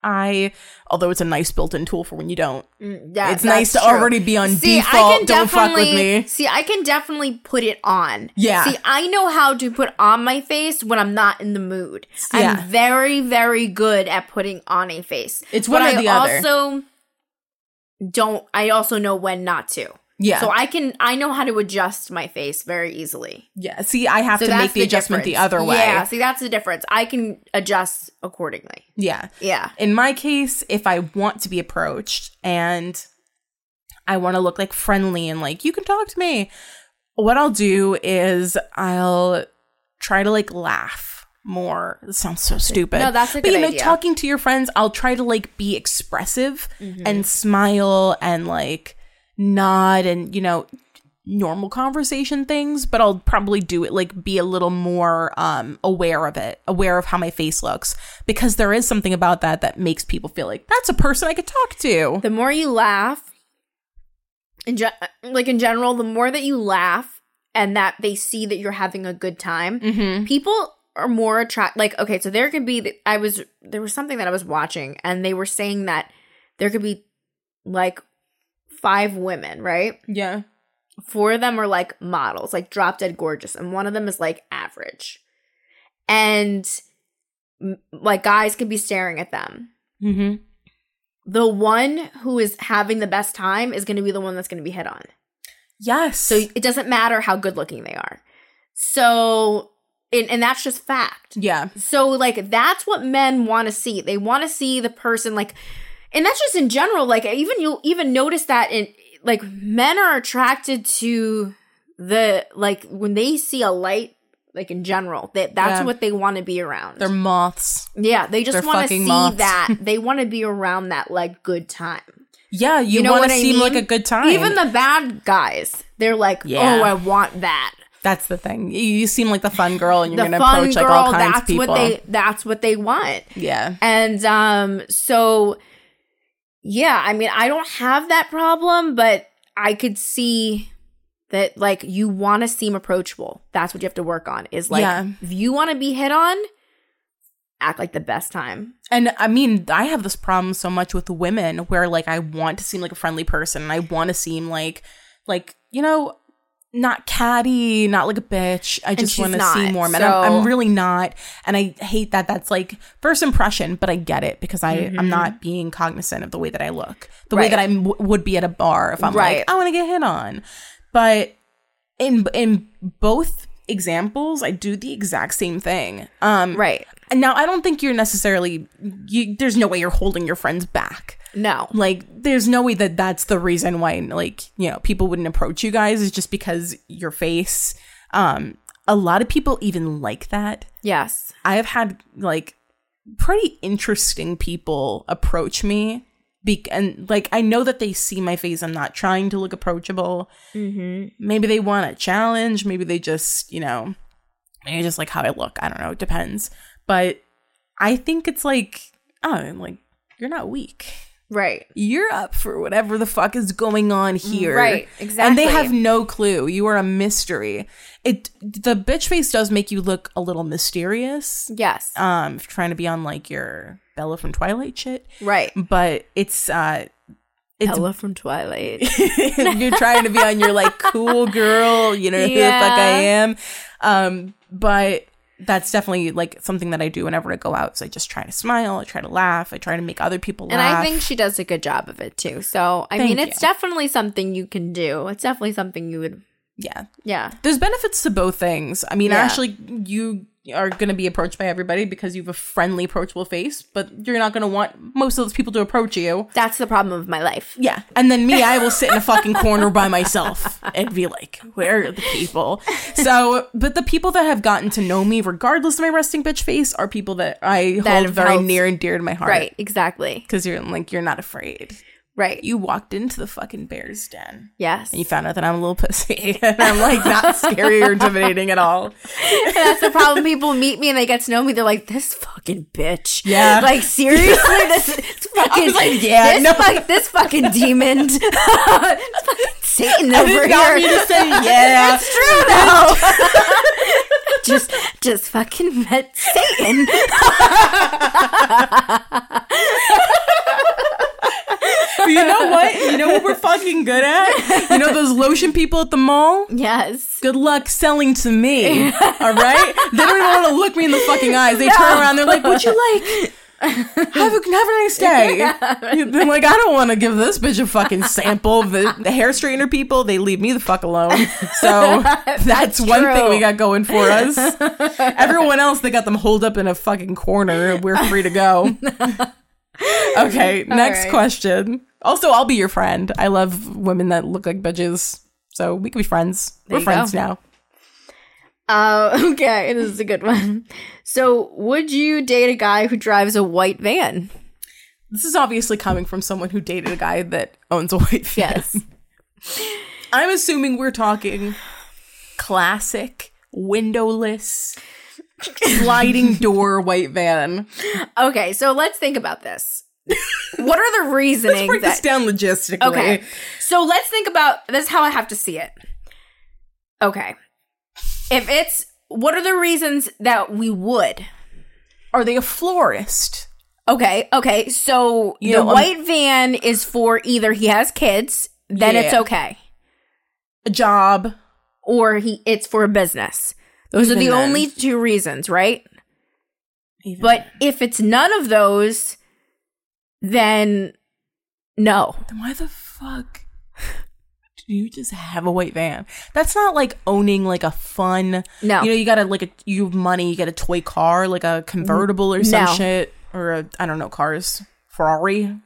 Speaker 1: I, although it's a nice built in tool for when you don't,
Speaker 2: Yeah.
Speaker 1: it's
Speaker 2: Mm, that's
Speaker 1: nice to
Speaker 2: true.
Speaker 1: already be on
Speaker 2: See, I
Speaker 1: default.
Speaker 2: can
Speaker 1: Don't fuck with
Speaker 2: definitely-
Speaker 1: me.
Speaker 2: See, I can definitely put it on.
Speaker 1: Yeah.
Speaker 2: See, I know how to put on my face when I'm not in the mood.
Speaker 1: Yeah.
Speaker 2: I'm very, very good at putting on a face.
Speaker 1: It's one
Speaker 2: But
Speaker 1: or
Speaker 2: I
Speaker 1: the other.
Speaker 2: Also, don't I also know when not to?
Speaker 1: Yeah.
Speaker 2: So I can I know how to adjust my face very easily.
Speaker 1: yeah. See, I have
Speaker 2: So
Speaker 1: to make the, adjustment the
Speaker 2: difference.
Speaker 1: other way.
Speaker 2: Yeah. See, that's the difference. I can adjust accordingly.
Speaker 1: yeah.
Speaker 2: Yeah.
Speaker 1: In my case, if I want to be approached and I want to look like friendly and like, you can talk to me, what I'll do is I'll try to like laugh more. This sounds so stupid.
Speaker 2: No, that's a
Speaker 1: But you
Speaker 2: good
Speaker 1: know,
Speaker 2: idea.
Speaker 1: talking to your friends, I'll try to like be expressive
Speaker 2: Mm-hmm.
Speaker 1: and smile and like nod and, you know, normal conversation things, but I'll probably do it like be a little more um aware of it, aware of how my face looks because there is something about that that makes people feel like that's a person I could talk to.
Speaker 2: the more you laugh in ge- like in general the more that you laugh and that they see that you're having a good time
Speaker 1: Mhm.
Speaker 2: people are more attract like okay so there could be th- i was there was something that i was watching and they were saying that there could be like five women right
Speaker 1: Yeah.
Speaker 2: four of them are like models, like drop dead gorgeous, and one of them is like average. And m- like guys can be staring at them.
Speaker 1: Mm-hmm.
Speaker 2: The one who is having the best time is going to be the one that's going to be hit on.
Speaker 1: Yes.
Speaker 2: So it doesn't matter how good looking they are. So, and, and that's just fact.
Speaker 1: yeah.
Speaker 2: So, like, that's what men want to see. They want to see the person, like, and that's just in general. Like, even you'll even notice that in, like, men are attracted to the, like, when they see a light, like, in general, that that's
Speaker 1: Yeah.
Speaker 2: what they want to be around.
Speaker 1: They're moths.
Speaker 2: yeah, they just
Speaker 1: they're
Speaker 2: want to
Speaker 1: fucking
Speaker 2: see
Speaker 1: moths.
Speaker 2: that. they want to be around that, like, good time.
Speaker 1: Yeah, you,
Speaker 2: You know
Speaker 1: want
Speaker 2: what
Speaker 1: to
Speaker 2: I
Speaker 1: seem
Speaker 2: mean?
Speaker 1: like a good time.
Speaker 2: Even the bad guys, they're like,
Speaker 1: Yeah.
Speaker 2: oh, I want that.
Speaker 1: that's the thing. You, you seem like the fun girl, and you're
Speaker 2: The
Speaker 1: going to
Speaker 2: fun
Speaker 1: approach
Speaker 2: girl,
Speaker 1: like all kinds
Speaker 2: that's
Speaker 1: of people.
Speaker 2: what they that's what they want.
Speaker 1: yeah.
Speaker 2: And um, so yeah, I mean, I don't have that problem, but I could see that like you want to seem approachable. That's what you have to work on. Is like
Speaker 1: Yeah.
Speaker 2: if you want to be hit on, act like the best time.
Speaker 1: And I mean, I have this problem so much with women where like I want to seem like a friendly person and I want to seem like like, you know, not catty, not like a bitch. I just
Speaker 2: she's
Speaker 1: want to
Speaker 2: not,
Speaker 1: see more men. I'm, I'm
Speaker 2: so-
Speaker 1: really not. And I hate that that's like first impression, but I get it because I, I'm not being cognizant of the way that I look, the way
Speaker 2: Mm-hmm. Right.
Speaker 1: that I w- would be at a bar if I'm
Speaker 2: Right.
Speaker 1: like, I want to get hit on. But in, in both examples, I do the exact same thing. Um,
Speaker 2: Right.
Speaker 1: and now I don't think you're necessarily you, there's no way you're holding your friends back.
Speaker 2: No.
Speaker 1: Like there's no way that that's the reason why like, you know, people wouldn't approach you guys is just because your face um a lot of people even like that.
Speaker 2: Yes.
Speaker 1: I have had like pretty interesting people approach me be- and like I know that they see my face. I'm not trying to look approachable. Maybe they want a challenge. Maybe they just you know maybe just like how I look. I don't know. It depends. But I think it's like oh like you're not weak.
Speaker 2: Right.
Speaker 1: You're up for whatever the fuck is going on here.
Speaker 2: Mm, Right,
Speaker 1: And they
Speaker 2: exactly.
Speaker 1: have no clue. You are a mystery. It the bitch face does make you look a little mysterious
Speaker 2: Yes.
Speaker 1: um if you're trying to be on like your Bella from Twilight shit.
Speaker 2: right.
Speaker 1: But it's uh it's
Speaker 2: Ella from Twilight.
Speaker 1: [laughs] you're trying to be on your like cool girl, you know who the fuck I am. Um but that's definitely like something that I do whenever I go out. So I just try to smile, I try to laugh, I try to make other people
Speaker 2: And
Speaker 1: laugh.
Speaker 2: I think she does a good job of it too. So I
Speaker 1: Thank
Speaker 2: mean, it's
Speaker 1: you.
Speaker 2: definitely something you can do. It's definitely something you would.
Speaker 1: yeah.
Speaker 2: Yeah.
Speaker 1: There's benefits to both things. I mean,
Speaker 2: Yeah.
Speaker 1: actually you are going to be approached by everybody because you have a friendly approachable face, but you're not going to want most of those people to approach you.
Speaker 2: That's the problem of my life.
Speaker 1: Yeah. And then me, I will sit in a fucking corner by myself and be like, where are the people? So, but the people that have gotten to know me, regardless of my resting bitch face, are people that I
Speaker 2: That
Speaker 1: hold
Speaker 2: have
Speaker 1: very
Speaker 2: helped.
Speaker 1: near and dear to my heart.
Speaker 2: Right. Exactly.
Speaker 1: Because you're like, you're not afraid.
Speaker 2: Right.
Speaker 1: You walked into the fucking bear's den. [laughs]
Speaker 2: Yes.
Speaker 1: And you found out that I'm a little pussy. [laughs] and I'm like, not scary or intimidating at
Speaker 2: [laughs]
Speaker 1: all.
Speaker 2: That's the problem. People meet me and they get to know me. They're like, this fucking bitch.
Speaker 1: Yeah. [laughs]
Speaker 2: Like, seriously? This, this [laughs] fucking.
Speaker 1: like, yeah,
Speaker 2: This,
Speaker 1: no.
Speaker 2: fuck- this fucking
Speaker 1: [laughs]
Speaker 2: demon. [laughs] this fucking Satan
Speaker 1: I
Speaker 2: over
Speaker 1: didn't want me
Speaker 2: here.
Speaker 1: to [laughs] say, yeah.
Speaker 2: It's true, though. [laughs] just, just fucking met
Speaker 1: [laughs]
Speaker 2: Satan.
Speaker 1: But you know what? You know what we're fucking good at? You know those lotion people at the mall?
Speaker 2: Yes.
Speaker 1: good luck selling to
Speaker 2: [laughs]
Speaker 1: me. all right? They don't even want to look me in the fucking eyes. They turn around, they're like, What you like? have, a, have a nice
Speaker 2: [laughs]
Speaker 1: day. They're like, I don't want to give this bitch a fucking sample. The, the hair straightener people, they leave me the fuck alone.
Speaker 2: [laughs]
Speaker 1: So that's, one thing
Speaker 2: true.
Speaker 1: we got going for
Speaker 2: [laughs]
Speaker 1: us. Everyone else, they got them holed up in a fucking corner. We're free to
Speaker 2: [laughs]
Speaker 1: go. okay, next
Speaker 2: right.
Speaker 1: question. Also, I'll be your friend. I love women that look like bitches. So we can be friends. We're
Speaker 2: you
Speaker 1: friends
Speaker 2: go.
Speaker 1: now.
Speaker 2: Uh, [laughs] okay, this is a good one. So, would you date a guy who drives a white van?
Speaker 1: This is obviously coming from someone who dated a guy that owns a white van.
Speaker 2: Yes.
Speaker 1: I'm assuming we're talking classic, windowless,
Speaker 2: [laughs]
Speaker 1: sliding door white van.
Speaker 2: [laughs] Okay, so let's think about
Speaker 1: [laughs]
Speaker 2: this. What are the reasoning
Speaker 1: Break
Speaker 2: that
Speaker 1: this down logistically.
Speaker 2: Okay. So let's think about this is how I have to see it. Okay. If it's what are the reasons that we would?
Speaker 1: Are they a florist?
Speaker 2: Okay, okay. So
Speaker 1: You
Speaker 2: the
Speaker 1: know, um,
Speaker 2: white van is for either he has kids, then it's
Speaker 1: Yeah.
Speaker 2: okay.
Speaker 1: a job.
Speaker 2: or he it's for a business. Those are
Speaker 1: Even
Speaker 2: the
Speaker 1: then.
Speaker 2: only two reasons, right?
Speaker 1: Even-
Speaker 2: But if it's none of those, then no.
Speaker 1: then why the fuck do you just have a white van? That's not like owning like a fun.
Speaker 2: No.
Speaker 1: you know you got to like a you have money, you got a toy car, like a convertible or some
Speaker 2: No.
Speaker 1: shit, or a I don't know cars, Ferrari.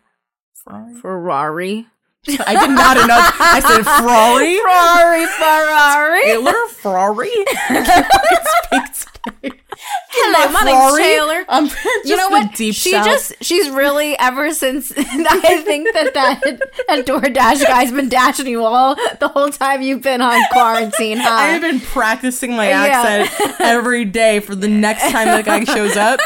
Speaker 1: Ferrari.
Speaker 2: Ferrari.
Speaker 1: I did not enough. I said Ferrari.
Speaker 2: [laughs] Ferrari, Ferrari.
Speaker 1: Taylor
Speaker 2: [laughs]
Speaker 1: Ferrari.
Speaker 2: Hello, my name's
Speaker 1: Ferrari?
Speaker 2: Taylor.
Speaker 1: I'm [laughs] just
Speaker 2: you know
Speaker 1: the
Speaker 2: what?
Speaker 1: Deep
Speaker 2: she
Speaker 1: South.
Speaker 2: just she's really ever since [laughs] I think
Speaker 1: [laughs]
Speaker 2: that that that DoorDash guy's been dashing you all the whole time you've been on quarantine.
Speaker 1: [laughs]
Speaker 2: Huh?
Speaker 1: I have been practicing my
Speaker 2: Yeah.
Speaker 1: accent every day for the next time that
Speaker 2: [laughs]
Speaker 1: guy shows up.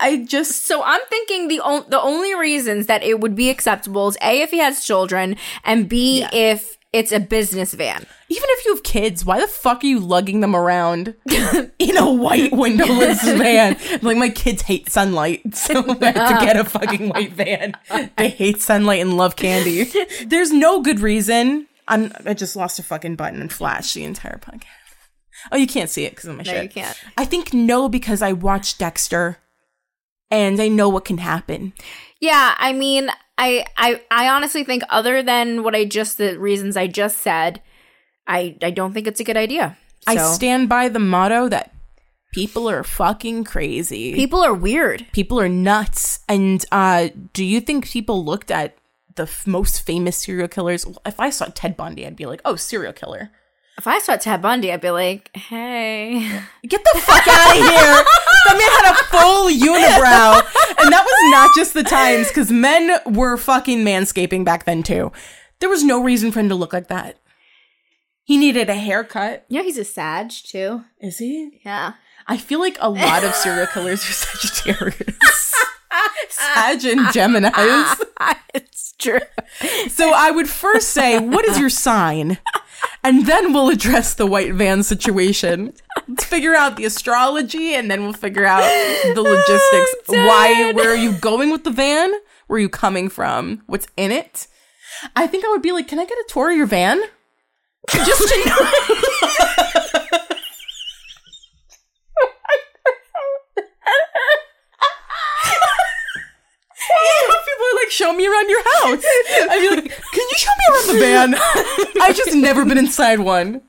Speaker 1: I just
Speaker 2: So I'm thinking the on- the only reasons that it would be acceptable is a if he has children and b if it's a business van.
Speaker 1: even if you have kids, why the fuck are you lugging them
Speaker 2: [laughs]
Speaker 1: around in a white windowless van? Like my kids hate sunlight, [laughs] so I have to
Speaker 2: [laughs]
Speaker 1: get a fucking white van. They hate sunlight and love candy. There's no good reason. I'm. I just lost a fucking button and flashed the entire podcast. Oh, you can't see it because of my shit.
Speaker 2: you can't.
Speaker 1: I think no because I watched Dexter, and I know what can happen.
Speaker 2: Yeah, I mean, I I I honestly think other than what I just the reasons I just said, I I don't think it's a good idea.
Speaker 1: I
Speaker 2: So-
Speaker 1: stand by the motto that people are fucking crazy.
Speaker 2: people are weird.
Speaker 1: people are nuts. And uh, do you think people looked at the f- most famous serial killers? If I saw Ted Bundy, I'd be like, oh, serial killer.
Speaker 2: If I saw Ted Bundy, I'd be like,
Speaker 1: [laughs]
Speaker 2: "Hey,
Speaker 1: Get the fuck out of here. That man had a full unibrow. And that was not just the times, because men were fucking manscaping back then, too. There was no reason for him to look like that. He needed a haircut.
Speaker 2: you know he's a Sag too."
Speaker 1: Is he? [laughs]
Speaker 2: Yeah.
Speaker 1: I feel like a lot of serial killers are Sagittarius. Sag and Geminis.
Speaker 2: it's true.
Speaker 1: So I would first say, what is your sign? And then we'll address the white van situation. Let's figure out the astrology and then we'll figure out the logistics. Why, where are you going with the van? Where are you coming from? What's in it? I think I would be like, can I get a tour of your van? Just to know. [laughs] You know, people are like, show me around your house. I'd be like, can you show me around the van? [laughs] I've just never been inside one.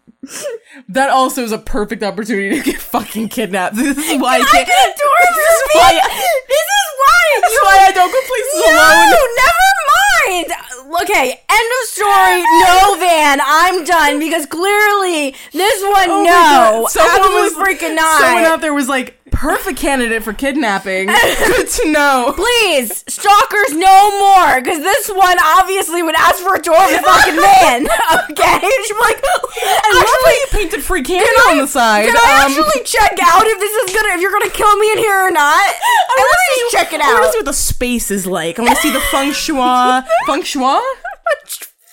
Speaker 1: That also is a perfect opportunity to get fucking kidnapped. This is why I can't.
Speaker 2: Adorable.
Speaker 1: [laughs] this is why.
Speaker 2: this is
Speaker 1: [laughs]
Speaker 2: why
Speaker 1: This is why I don't go places alone. Oh
Speaker 2: No, never mind. Uh, Okay, end of
Speaker 1: [laughs]
Speaker 2: story. No, Van, I'm done because clearly this one,
Speaker 1: Oh my
Speaker 2: no,
Speaker 1: God. Someone
Speaker 2: absolutely
Speaker 1: was-
Speaker 2: freaking not.
Speaker 1: Someone out there was like, perfect candidate for
Speaker 2: [laughs]
Speaker 1: kidnapping. Good to know.
Speaker 2: Please, stalkers, no more, because this one obviously would ask for a tour of
Speaker 1: [laughs]
Speaker 2: the fucking man. Okay, she'd be like,
Speaker 1: I love how you painted free candy on the side. Um,
Speaker 2: Can I actually check out if this is gonna if you're gonna kill me in here or not? I
Speaker 1: wanna
Speaker 2: want
Speaker 1: see-
Speaker 2: to check it
Speaker 1: I want to
Speaker 2: out.
Speaker 1: see what the space is like. I want to see the feng
Speaker 2: [laughs]
Speaker 1: shui. feng shui?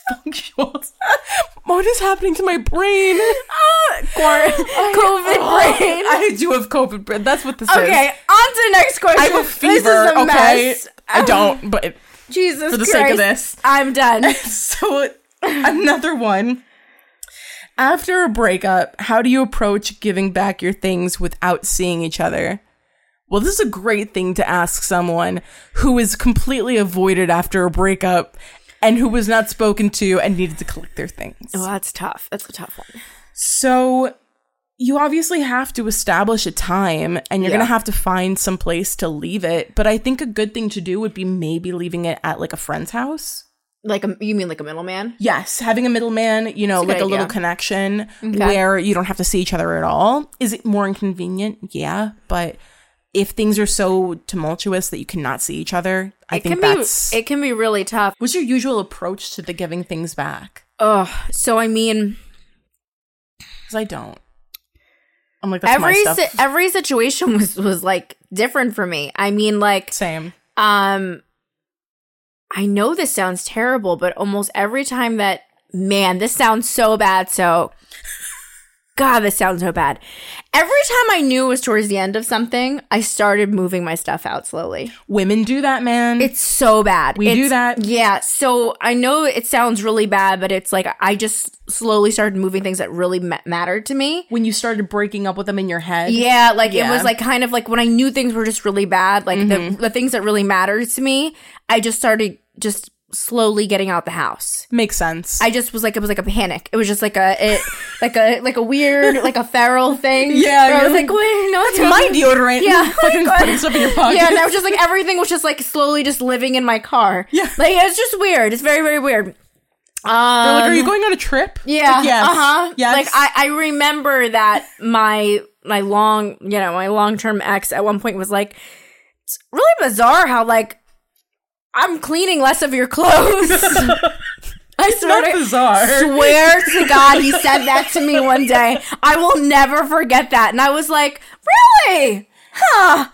Speaker 1: feng shui. What is happening to my brain? [laughs]
Speaker 2: Quar- COVID [laughs] brain.
Speaker 1: oh, I do have COVID brain. That's what this is.
Speaker 2: Okay, on to the next question.
Speaker 1: I have a fever.
Speaker 2: This is a
Speaker 1: okay.
Speaker 2: mess. Oh,
Speaker 1: I don't, but
Speaker 2: Jesus
Speaker 1: for the
Speaker 2: Christ.
Speaker 1: sake of this.
Speaker 2: I'm done.
Speaker 1: [laughs] So another one. After a breakup, how do you approach giving back your things without seeing each other? Well, this is a great thing to ask someone who is completely avoided after a breakup and who was not spoken to and needed to collect their things.
Speaker 2: Oh, that's tough. That's a tough one.
Speaker 1: So you obviously have to establish a time and you're going to have to find some place to leave it, but I think a good thing to do would be maybe leaving it at like a friend's house.
Speaker 2: Like a, you mean like a middleman?
Speaker 1: Yes, having a middleman, you know,
Speaker 2: It's a
Speaker 1: like
Speaker 2: good
Speaker 1: a little
Speaker 2: idea.
Speaker 1: connection where you don't have to see each other at all. Is it more inconvenient? Yeah, but if things are so tumultuous that you cannot see each other, I
Speaker 2: It
Speaker 1: think
Speaker 2: can
Speaker 1: that's.
Speaker 2: be it can be really tough.
Speaker 1: what's your usual approach to the giving things back?
Speaker 2: Ugh. So I mean
Speaker 1: Because I don't. I'm like that's
Speaker 2: every
Speaker 1: my stuff.
Speaker 2: si- every situation [laughs] was was like different for me. I mean like
Speaker 1: Same.
Speaker 2: um I know this sounds terrible, but almost every time that man, this sounds so bad, so God, this sounds so bad. Every time I knew it was towards the end of something, I started moving my stuff out slowly.
Speaker 1: Women do that, man.
Speaker 2: It's so bad.
Speaker 1: We do
Speaker 2: It's-
Speaker 1: that.
Speaker 2: Yeah. So I know it sounds really bad, but it's like I just slowly started moving things that really ma- mattered to me.
Speaker 1: when you started breaking up with them in your head.
Speaker 2: Yeah, like it
Speaker 1: Yeah. Mm-hmm.
Speaker 2: was like kind of like when I knew things were just really bad, like the, the things that really mattered to me, I just started just slowly getting out the house.
Speaker 1: Makes sense.
Speaker 2: I just was like it was like a panic. It was just like a it, [laughs] like a like a weird like a feral thing.
Speaker 1: [laughs] Yeah,
Speaker 2: where I
Speaker 1: you're
Speaker 2: was like, wait, no, it's
Speaker 1: my deodorant.
Speaker 2: Yeah.
Speaker 1: fucking put it up in your pocket.
Speaker 2: [laughs] yeah, and I was just like everything was just like slowly just living in my car.
Speaker 1: Yeah.
Speaker 2: like it's just weird. It's very very weird. Um,
Speaker 1: They're like, are you going on a trip?
Speaker 2: yeah.
Speaker 1: Like, yes.
Speaker 2: Uh huh.
Speaker 1: Yes.
Speaker 2: Like I, I remember that my my long you know my long term ex at one point was like, it's really bizarre how like I'm cleaning less of
Speaker 1: [laughs]
Speaker 2: your clothes. I swear
Speaker 1: not
Speaker 2: to-
Speaker 1: bizarre. [laughs]
Speaker 2: Swear to God, he said that to me one day. I will never forget that. And I was like, really? Huh?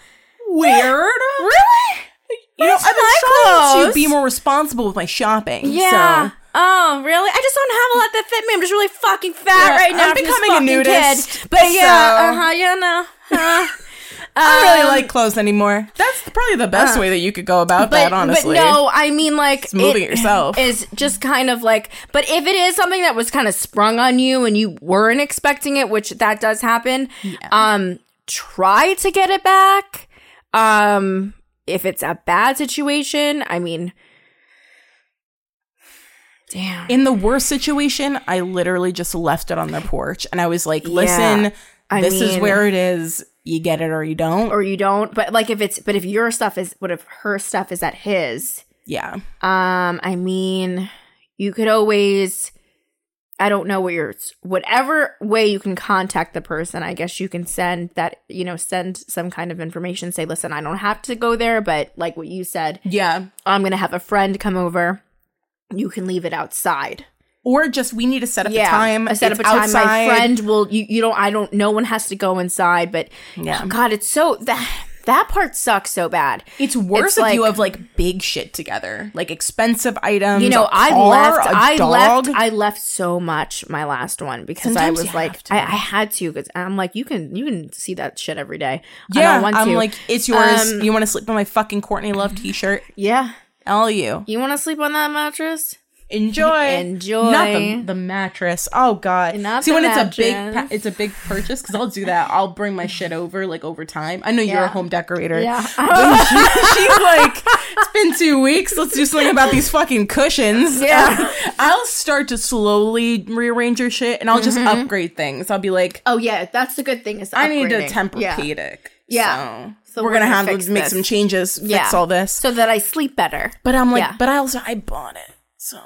Speaker 1: Weird.
Speaker 2: [laughs] Really?
Speaker 1: You know, I've been
Speaker 2: my
Speaker 1: trying
Speaker 2: clothes.
Speaker 1: to be more responsible with my shopping. [laughs]
Speaker 2: Yeah.
Speaker 1: So.
Speaker 2: Oh, really? I just don't have a lot that fit me. I'm just really fucking fat
Speaker 1: Yeah,
Speaker 2: right now.
Speaker 1: I'm
Speaker 2: from this
Speaker 1: becoming a
Speaker 2: fucking
Speaker 1: nudist,
Speaker 2: Kid. But yeah,
Speaker 1: so-
Speaker 2: uh huh, you know. Uh,
Speaker 1: I don't really
Speaker 2: um,
Speaker 1: like clothes anymore. Uh, That's probably the best way that you could go about
Speaker 2: but,
Speaker 1: that, honestly.
Speaker 2: But no, I mean like
Speaker 1: moving yourself.
Speaker 2: [laughs] is just kind of like but if it is something that was kind of sprung on you and you weren't expecting it, which that does happen, um try to get it back. Um if it's a bad situation, I mean Damn.
Speaker 1: In the worst situation, I literally just left it on their porch and I was like, listen,
Speaker 2: I
Speaker 1: this is
Speaker 2: mean-
Speaker 1: where it is. You get it or you don't.
Speaker 2: or you don't. But like if it's but if your stuff is what if her stuff is at his?
Speaker 1: yeah.
Speaker 2: Um, I mean, you could always I don't know what your whatever way you can contact the person, I guess you can send that, you know, send some kind of information, say, listen, I don't have to go there, but like what you said,
Speaker 1: Yeah.
Speaker 2: I'm gonna have a friend come over. You can leave it outside.
Speaker 1: Or just we need to set up a time.
Speaker 2: I set up
Speaker 1: It's
Speaker 2: a time.
Speaker 1: outside.
Speaker 2: My friend will. You, you don't. I don't. No one has to go inside. But
Speaker 1: Yeah.
Speaker 2: oh God, it's so that that part sucks so bad.
Speaker 1: It's worse
Speaker 2: It's
Speaker 1: if
Speaker 2: like-
Speaker 1: you have like big shit together, like expensive items.
Speaker 2: You know,
Speaker 1: a
Speaker 2: I
Speaker 1: car,
Speaker 2: left.
Speaker 1: a
Speaker 2: I
Speaker 1: dog.
Speaker 2: left. I left so much my last one because
Speaker 1: Sometimes
Speaker 2: I
Speaker 1: you
Speaker 2: was like,
Speaker 1: have to.
Speaker 2: I, I had to because I'm like, you can you can see that shit every day. I
Speaker 1: yeah,
Speaker 2: don't want
Speaker 1: am
Speaker 2: to.
Speaker 1: like, it's yours.
Speaker 2: Um,
Speaker 1: you want to sleep on my fucking Courtney Love t-shirt?
Speaker 2: yeah.
Speaker 1: All you
Speaker 2: You want to sleep on that mattress?
Speaker 1: enjoy,
Speaker 2: Enjoy.
Speaker 1: Not the, the mattress. Oh god.
Speaker 2: Not
Speaker 1: See
Speaker 2: the
Speaker 1: when it's a big,
Speaker 2: mattress.
Speaker 1: pa- it's a big purchase because I'll do that. I'll bring my shit over like over time. I know you're a
Speaker 2: Yeah.
Speaker 1: home decorator.
Speaker 2: Yeah.
Speaker 1: [laughs]
Speaker 2: [laughs]
Speaker 1: When she- she's like, it's been two weeks. Let's do something about these fucking cushions.
Speaker 2: Yeah.
Speaker 1: [laughs] I'll start to slowly rearrange your shit, and I'll just
Speaker 2: Mm-hmm.
Speaker 1: upgrade things. I'll be like.
Speaker 2: Oh yeah, that's the good thing. Is
Speaker 1: I need to
Speaker 2: upgrading.
Speaker 1: temper
Speaker 2: Yeah.
Speaker 1: Pedic.
Speaker 2: Yeah.
Speaker 1: So,
Speaker 2: So
Speaker 1: we're,
Speaker 2: we're
Speaker 1: gonna,
Speaker 2: gonna
Speaker 1: have
Speaker 2: fix
Speaker 1: to make
Speaker 2: this.
Speaker 1: some changes, fix
Speaker 2: Yeah.
Speaker 1: all this.
Speaker 2: so that I sleep better.
Speaker 1: but I'm like,
Speaker 2: Yeah.
Speaker 1: but I also I bought it. So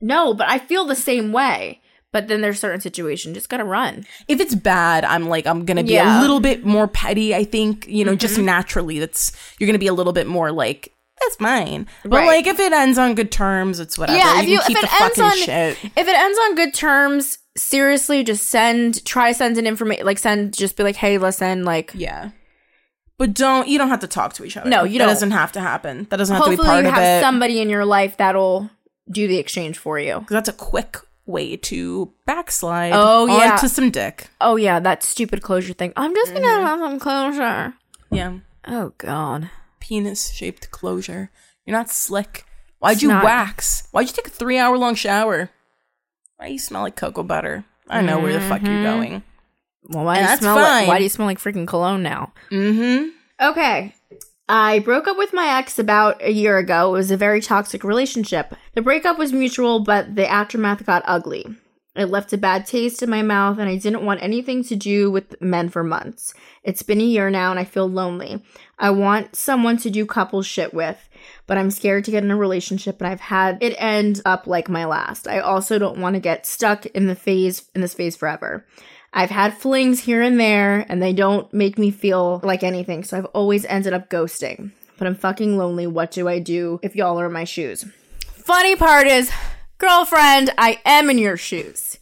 Speaker 2: No, but I feel the same way. But then there's certain situations just gotta run.
Speaker 1: if it's bad, I'm like I'm gonna be
Speaker 2: Yeah. Mm-hmm.
Speaker 1: a little bit more petty. I think you know, just naturally, that's you're gonna be a little bit more like that's mine. But
Speaker 2: Right.
Speaker 1: like if it ends on good terms, it's whatever.
Speaker 2: Yeah, if
Speaker 1: you,
Speaker 2: you-
Speaker 1: can keep
Speaker 2: if
Speaker 1: the
Speaker 2: it ends
Speaker 1: fucking
Speaker 2: on-
Speaker 1: shit.
Speaker 2: If it ends on good terms, seriously, just send try send an information like send just be like, hey, listen, like
Speaker 1: Yeah. But don't you don't have to talk to each other.
Speaker 2: No, you
Speaker 1: that
Speaker 2: don't.
Speaker 1: doesn't have to happen. That doesn't have to be
Speaker 2: hopefully
Speaker 1: part
Speaker 2: you
Speaker 1: of it.
Speaker 2: have somebody in your life that'll do the exchange for you.
Speaker 1: 'Cause that's a quick way to backslide.
Speaker 2: Oh, yeah.
Speaker 1: onto some dick.
Speaker 2: Oh yeah, that stupid closure thing. I'm just gonna
Speaker 1: Mm-hmm.
Speaker 2: have some closure.
Speaker 1: Yeah.
Speaker 2: Oh god.
Speaker 1: penis shaped closure. You're not slick. Why'd you
Speaker 2: not.
Speaker 1: wax? Why'd you take a three hour long shower? Why you smell like cocoa butter? I know where the fuck you're going.
Speaker 2: Well,
Speaker 1: And
Speaker 2: why do you
Speaker 1: that's
Speaker 2: smell like,
Speaker 1: fine.
Speaker 2: why do you smell like freaking cologne now?
Speaker 1: Mm-hmm.
Speaker 2: Okay. I broke up with my ex about a year ago. It was a very toxic relationship. The breakup was mutual, but the aftermath got ugly. It left a bad taste in my mouth, and I didn't want anything to do with men for months. It's been a year now, and I feel lonely. I want someone to do couple shit with, but I'm scared to get in a relationship, and I've had it end up like my last. I also don't want to get stuck in the phase in this phase forever. I've had flings here and there, and they don't make me feel like anything, so I've always ended up ghosting. But I'm fucking lonely. What do I do if y'all are in my shoes? Funny part is, girlfriend, I am in your shoes.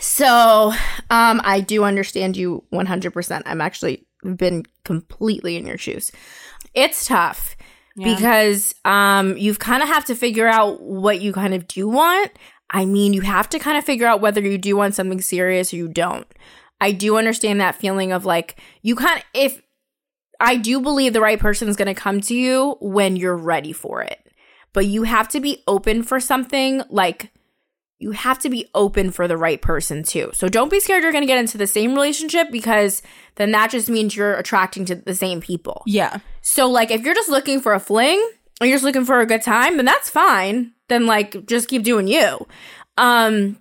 Speaker 2: So, um, I do understand you 100%. I'm actually been completely in your shoes. It's tough because um, you've kind of have to figure out what you kind of do want. I mean, you have to kind of figure out whether you do want something serious or you don't. I do understand that feeling of like, you can't, if I do believe the right person is going to come to you when you're ready for it, but you have to be open for something like, you have to be open for the right person too. So don't be scared you're going to get into the same relationship because then that just means you're attracting to the same people.
Speaker 1: Yeah.
Speaker 2: So like if you're just looking for a fling or you're just looking for a good time, then that's fine. Then like just keep doing you. Um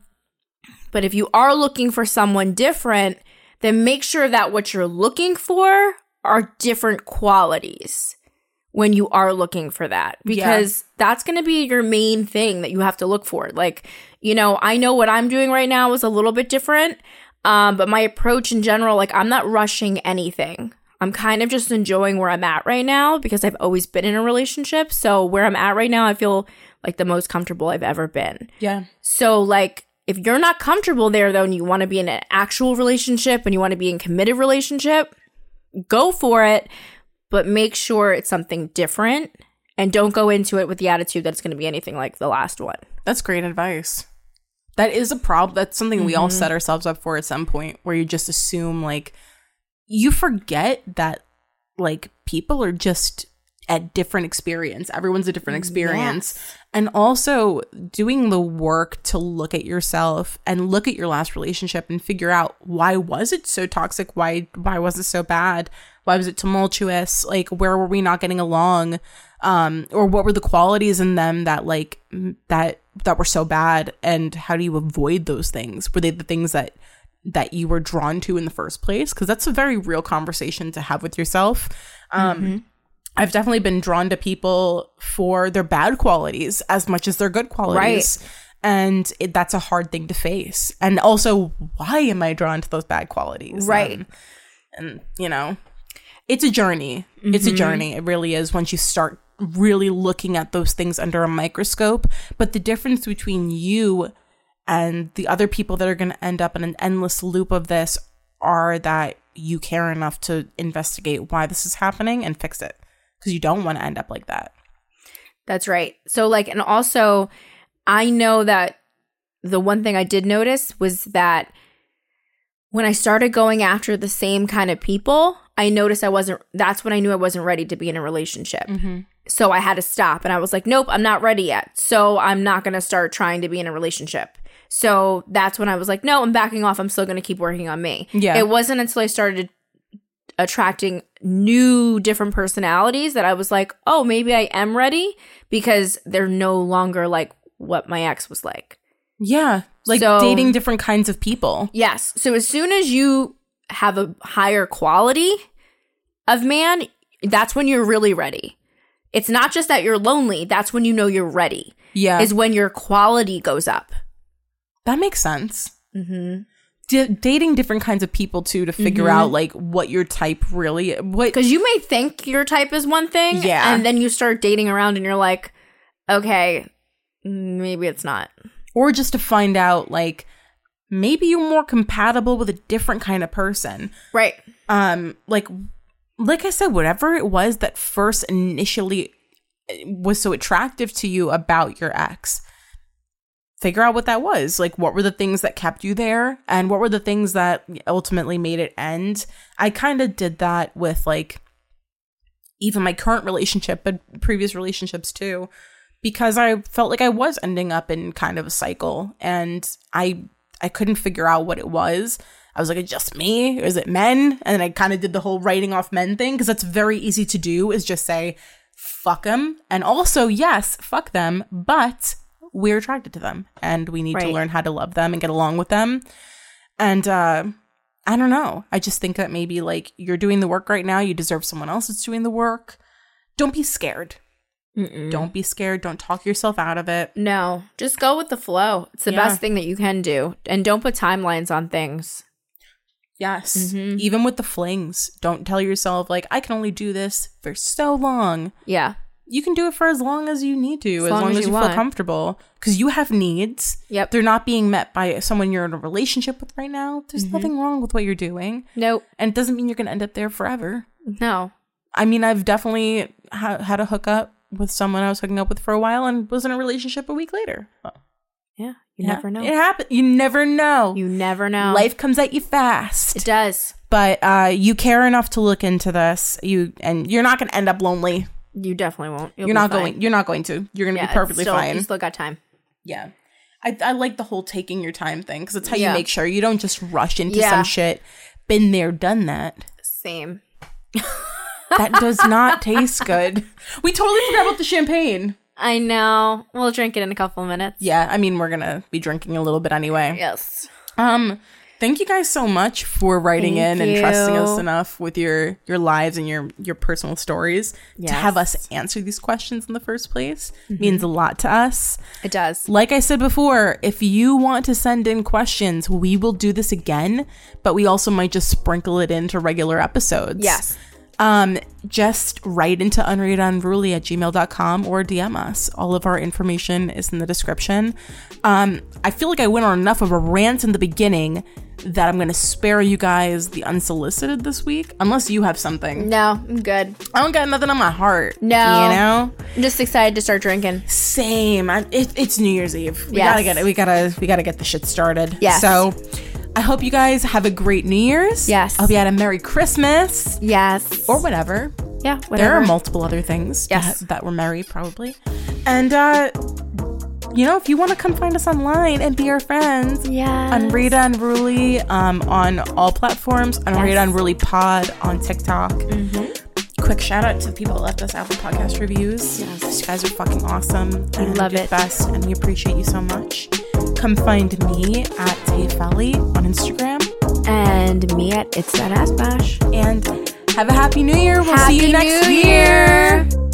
Speaker 2: but if you are looking for someone different, then make sure that what you're looking for are different qualities when you are looking for that because that's going to be your main thing that you have to look for. Like, you know, I know what I'm doing right now is a little bit different, um, but my approach in general, like, I'm not rushing anything. I'm kind of just enjoying where I'm at right now because I've always been in a relationship. So, where I'm at right now, I feel like the most comfortable I've ever been.
Speaker 1: Yeah.
Speaker 2: So, like, if you're not comfortable there, though, and you want to be in an actual relationship and you want to be in committed relationship, go for it, but make sure it's something different and don't go into it with the attitude that it's going to be anything like the last one.
Speaker 1: That's great advice. That is a problem. That's something we all set ourselves up for at some point where you just assume, like, you forget that, like, people are just at different experience. Everyone's a different experience. And also doing the work to look at yourself and look at your last relationship and figure out why was it so toxic? Why why was it so bad? Why was it tumultuous? Like where were we not getting along? um, or what were the qualities in them that like m- that that were so bad, and how do you avoid those things? Were they the things that that you were drawn to in the first place? Because that's a very real conversation to have with yourself. Um, I've definitely been drawn to people for their bad qualities as much as their good qualities. And it, that's a hard thing to face. And also, why am I drawn to those bad qualities?
Speaker 2: Right.
Speaker 1: Um, and, you know, it's a journey. It's a journey. It really is once you start really looking at those things under a microscope. But the difference between you and the other people that are going to end up in an endless loop of this are that you care enough to investigate why this is happening and fix it because you don't want to end up like that.
Speaker 2: That's right. So, like, and also, I know that the one thing I did notice was that when I started going after the same kind of people, I noticed I wasn't, that's when I knew I wasn't ready to be in a relationship. So I had to stop and I was like, nope, I'm not ready yet. So I'm not going to start trying to be in a relationship. So that's when I was like, no, I'm backing off. I'm still going to keep working on me.
Speaker 1: Yeah.
Speaker 2: It wasn't until I started attracting new different personalities that I was like, oh, maybe I am ready because they're no longer like what my ex was like.
Speaker 1: Yeah. Like
Speaker 2: So-
Speaker 1: dating different kinds of people.
Speaker 2: Yes. So as soon as you have a higher quality of man, that's when you're really ready. It's not just that you're lonely, that's when you know you're ready,
Speaker 1: Yeah.
Speaker 2: is when your quality goes up.
Speaker 1: that makes sense. Mm-hmm. D- dating different kinds of people too to figure out like what your type really what
Speaker 2: Because you may think your type is one thing,
Speaker 1: Yeah.
Speaker 2: and then you start dating around and you're like, okay, maybe it's not.
Speaker 1: or just to find out like maybe you're more compatible with a different kind of person
Speaker 2: Right.
Speaker 1: um like like i said whatever it was that first initially uh, was so attractive to you about your ex figure out what that was like what were the things that kept you there and what were the things that ultimately made it end i kind of did that with like even my current relationship but previous relationships too because i felt like i was ending up in kind of a cycle and i i couldn't figure out what it was i was like "Is it just me or is it men and then i kind of did the whole writing off men thing because that's very easy to do is just say fuck them and also yes fuck them but we're attracted to them and we need to
Speaker 2: Right.
Speaker 1: learn how to love them and get along with them and uh I don't know. I just think that maybe like you're doing the work right now, you deserve someone else that's doing the work. Don't be scared.
Speaker 2: Mm-hmm.
Speaker 1: Don't be scared. Don't talk yourself out of it.
Speaker 2: No, just go with the flow. It's the
Speaker 1: Yeah.
Speaker 2: best thing that you can do. And don't put timelines on things.
Speaker 1: Yes. Mm-hmm.
Speaker 2: Mm-hmm.
Speaker 1: Even with the flings, don't tell yourself like I can only do this for so long.
Speaker 2: Yeah.
Speaker 1: You can do it for as long as you need to, as, long, as, you, feel
Speaker 2: want.
Speaker 1: comfortable cuz you have needs.
Speaker 2: Yep.
Speaker 1: They're not being met by someone you're in a relationship with right now. There's
Speaker 2: Mm-hmm.
Speaker 1: nothing wrong with what you're doing.
Speaker 2: Nope.
Speaker 1: And it doesn't mean you're going to end up there forever.
Speaker 2: No.
Speaker 1: I mean, I've definitely ha- had a hookup with someone I was hooking up with for a while and was in a relationship a week later.
Speaker 2: Yeah. You never know.
Speaker 1: It happens. You never know.
Speaker 2: you never know.
Speaker 1: Life comes at you fast.
Speaker 2: it does.
Speaker 1: but uh, you care enough to look into this. You and you're not going to end up lonely.
Speaker 2: You definitely won't. You'll
Speaker 1: You're
Speaker 2: be
Speaker 1: not
Speaker 2: fine.
Speaker 1: going. You're not going to. You're going to
Speaker 2: Yeah,
Speaker 1: be
Speaker 2: it's
Speaker 1: perfectly
Speaker 2: still-
Speaker 1: fine.
Speaker 2: You still got time.
Speaker 1: yeah, I, I like the whole taking your time thing because it's how
Speaker 2: Yeah.
Speaker 1: you make sure you don't just rush into
Speaker 2: Yeah.
Speaker 1: some shit. Been there, done that.
Speaker 2: Same.
Speaker 1: That
Speaker 2: [laughs]
Speaker 1: does not taste good. We totally forgot about the champagne.
Speaker 2: I know. We'll drink it in a couple of minutes.
Speaker 1: Yeah, I mean we're gonna be drinking a little bit anyway.
Speaker 2: Yes.
Speaker 1: Um, thank you guys so much for writing
Speaker 2: Thank
Speaker 1: in and trusting us
Speaker 2: you.
Speaker 1: enough with your your lives and your your personal stories to have us answer these questions in the first place
Speaker 2: Mm-hmm.
Speaker 1: means a lot to us.
Speaker 2: It does.
Speaker 1: Like I said before, if you want to send in questions, we will do this again, but we also might just sprinkle it into regular episodes.
Speaker 2: Yes.
Speaker 1: Um, just write into unreadunruly at gmail.com or DM us. All of our information is in the description. Um, I feel like I went on enough of a rant in the beginning that I'm going to spare you guys the unsolicited this week, unless you have something.
Speaker 2: No, I'm good.
Speaker 1: I don't got nothing on my heart.
Speaker 2: No.
Speaker 1: You know?
Speaker 2: I'm just excited to start drinking.
Speaker 1: Same. I, it, it's New Year's Eve. We
Speaker 2: Yes.
Speaker 1: gotta get it. We gotta. We gotta get the shit started.
Speaker 2: Yes.
Speaker 1: So, I hope you guys have a great New Year's.
Speaker 2: Yes.
Speaker 1: I hope you had a Merry Christmas
Speaker 2: Yes.
Speaker 1: or whatever.
Speaker 2: yeah.
Speaker 1: There
Speaker 2: Whatever.
Speaker 1: are multiple other things.
Speaker 2: Yes.
Speaker 1: That, that were merry probably, and uh, you know, if you want to come find us online and be our friends.
Speaker 2: Yes.
Speaker 1: On Rita Unruly um, on all platforms, on Rita Unruly Pod on TikTok.
Speaker 2: Mm-hmm.
Speaker 1: Quick shout out to the people that left us Apple Podcast reviews. You guys are fucking awesome. We
Speaker 2: love
Speaker 1: you're
Speaker 2: it.
Speaker 1: the Best, and we appreciate you so much. Come find me at Tayfali on Instagram.
Speaker 2: and me at It's That Ass Bash.
Speaker 1: And have a happy new year. We'll
Speaker 2: Happy
Speaker 1: see you next
Speaker 2: New
Speaker 1: year.
Speaker 2: Year.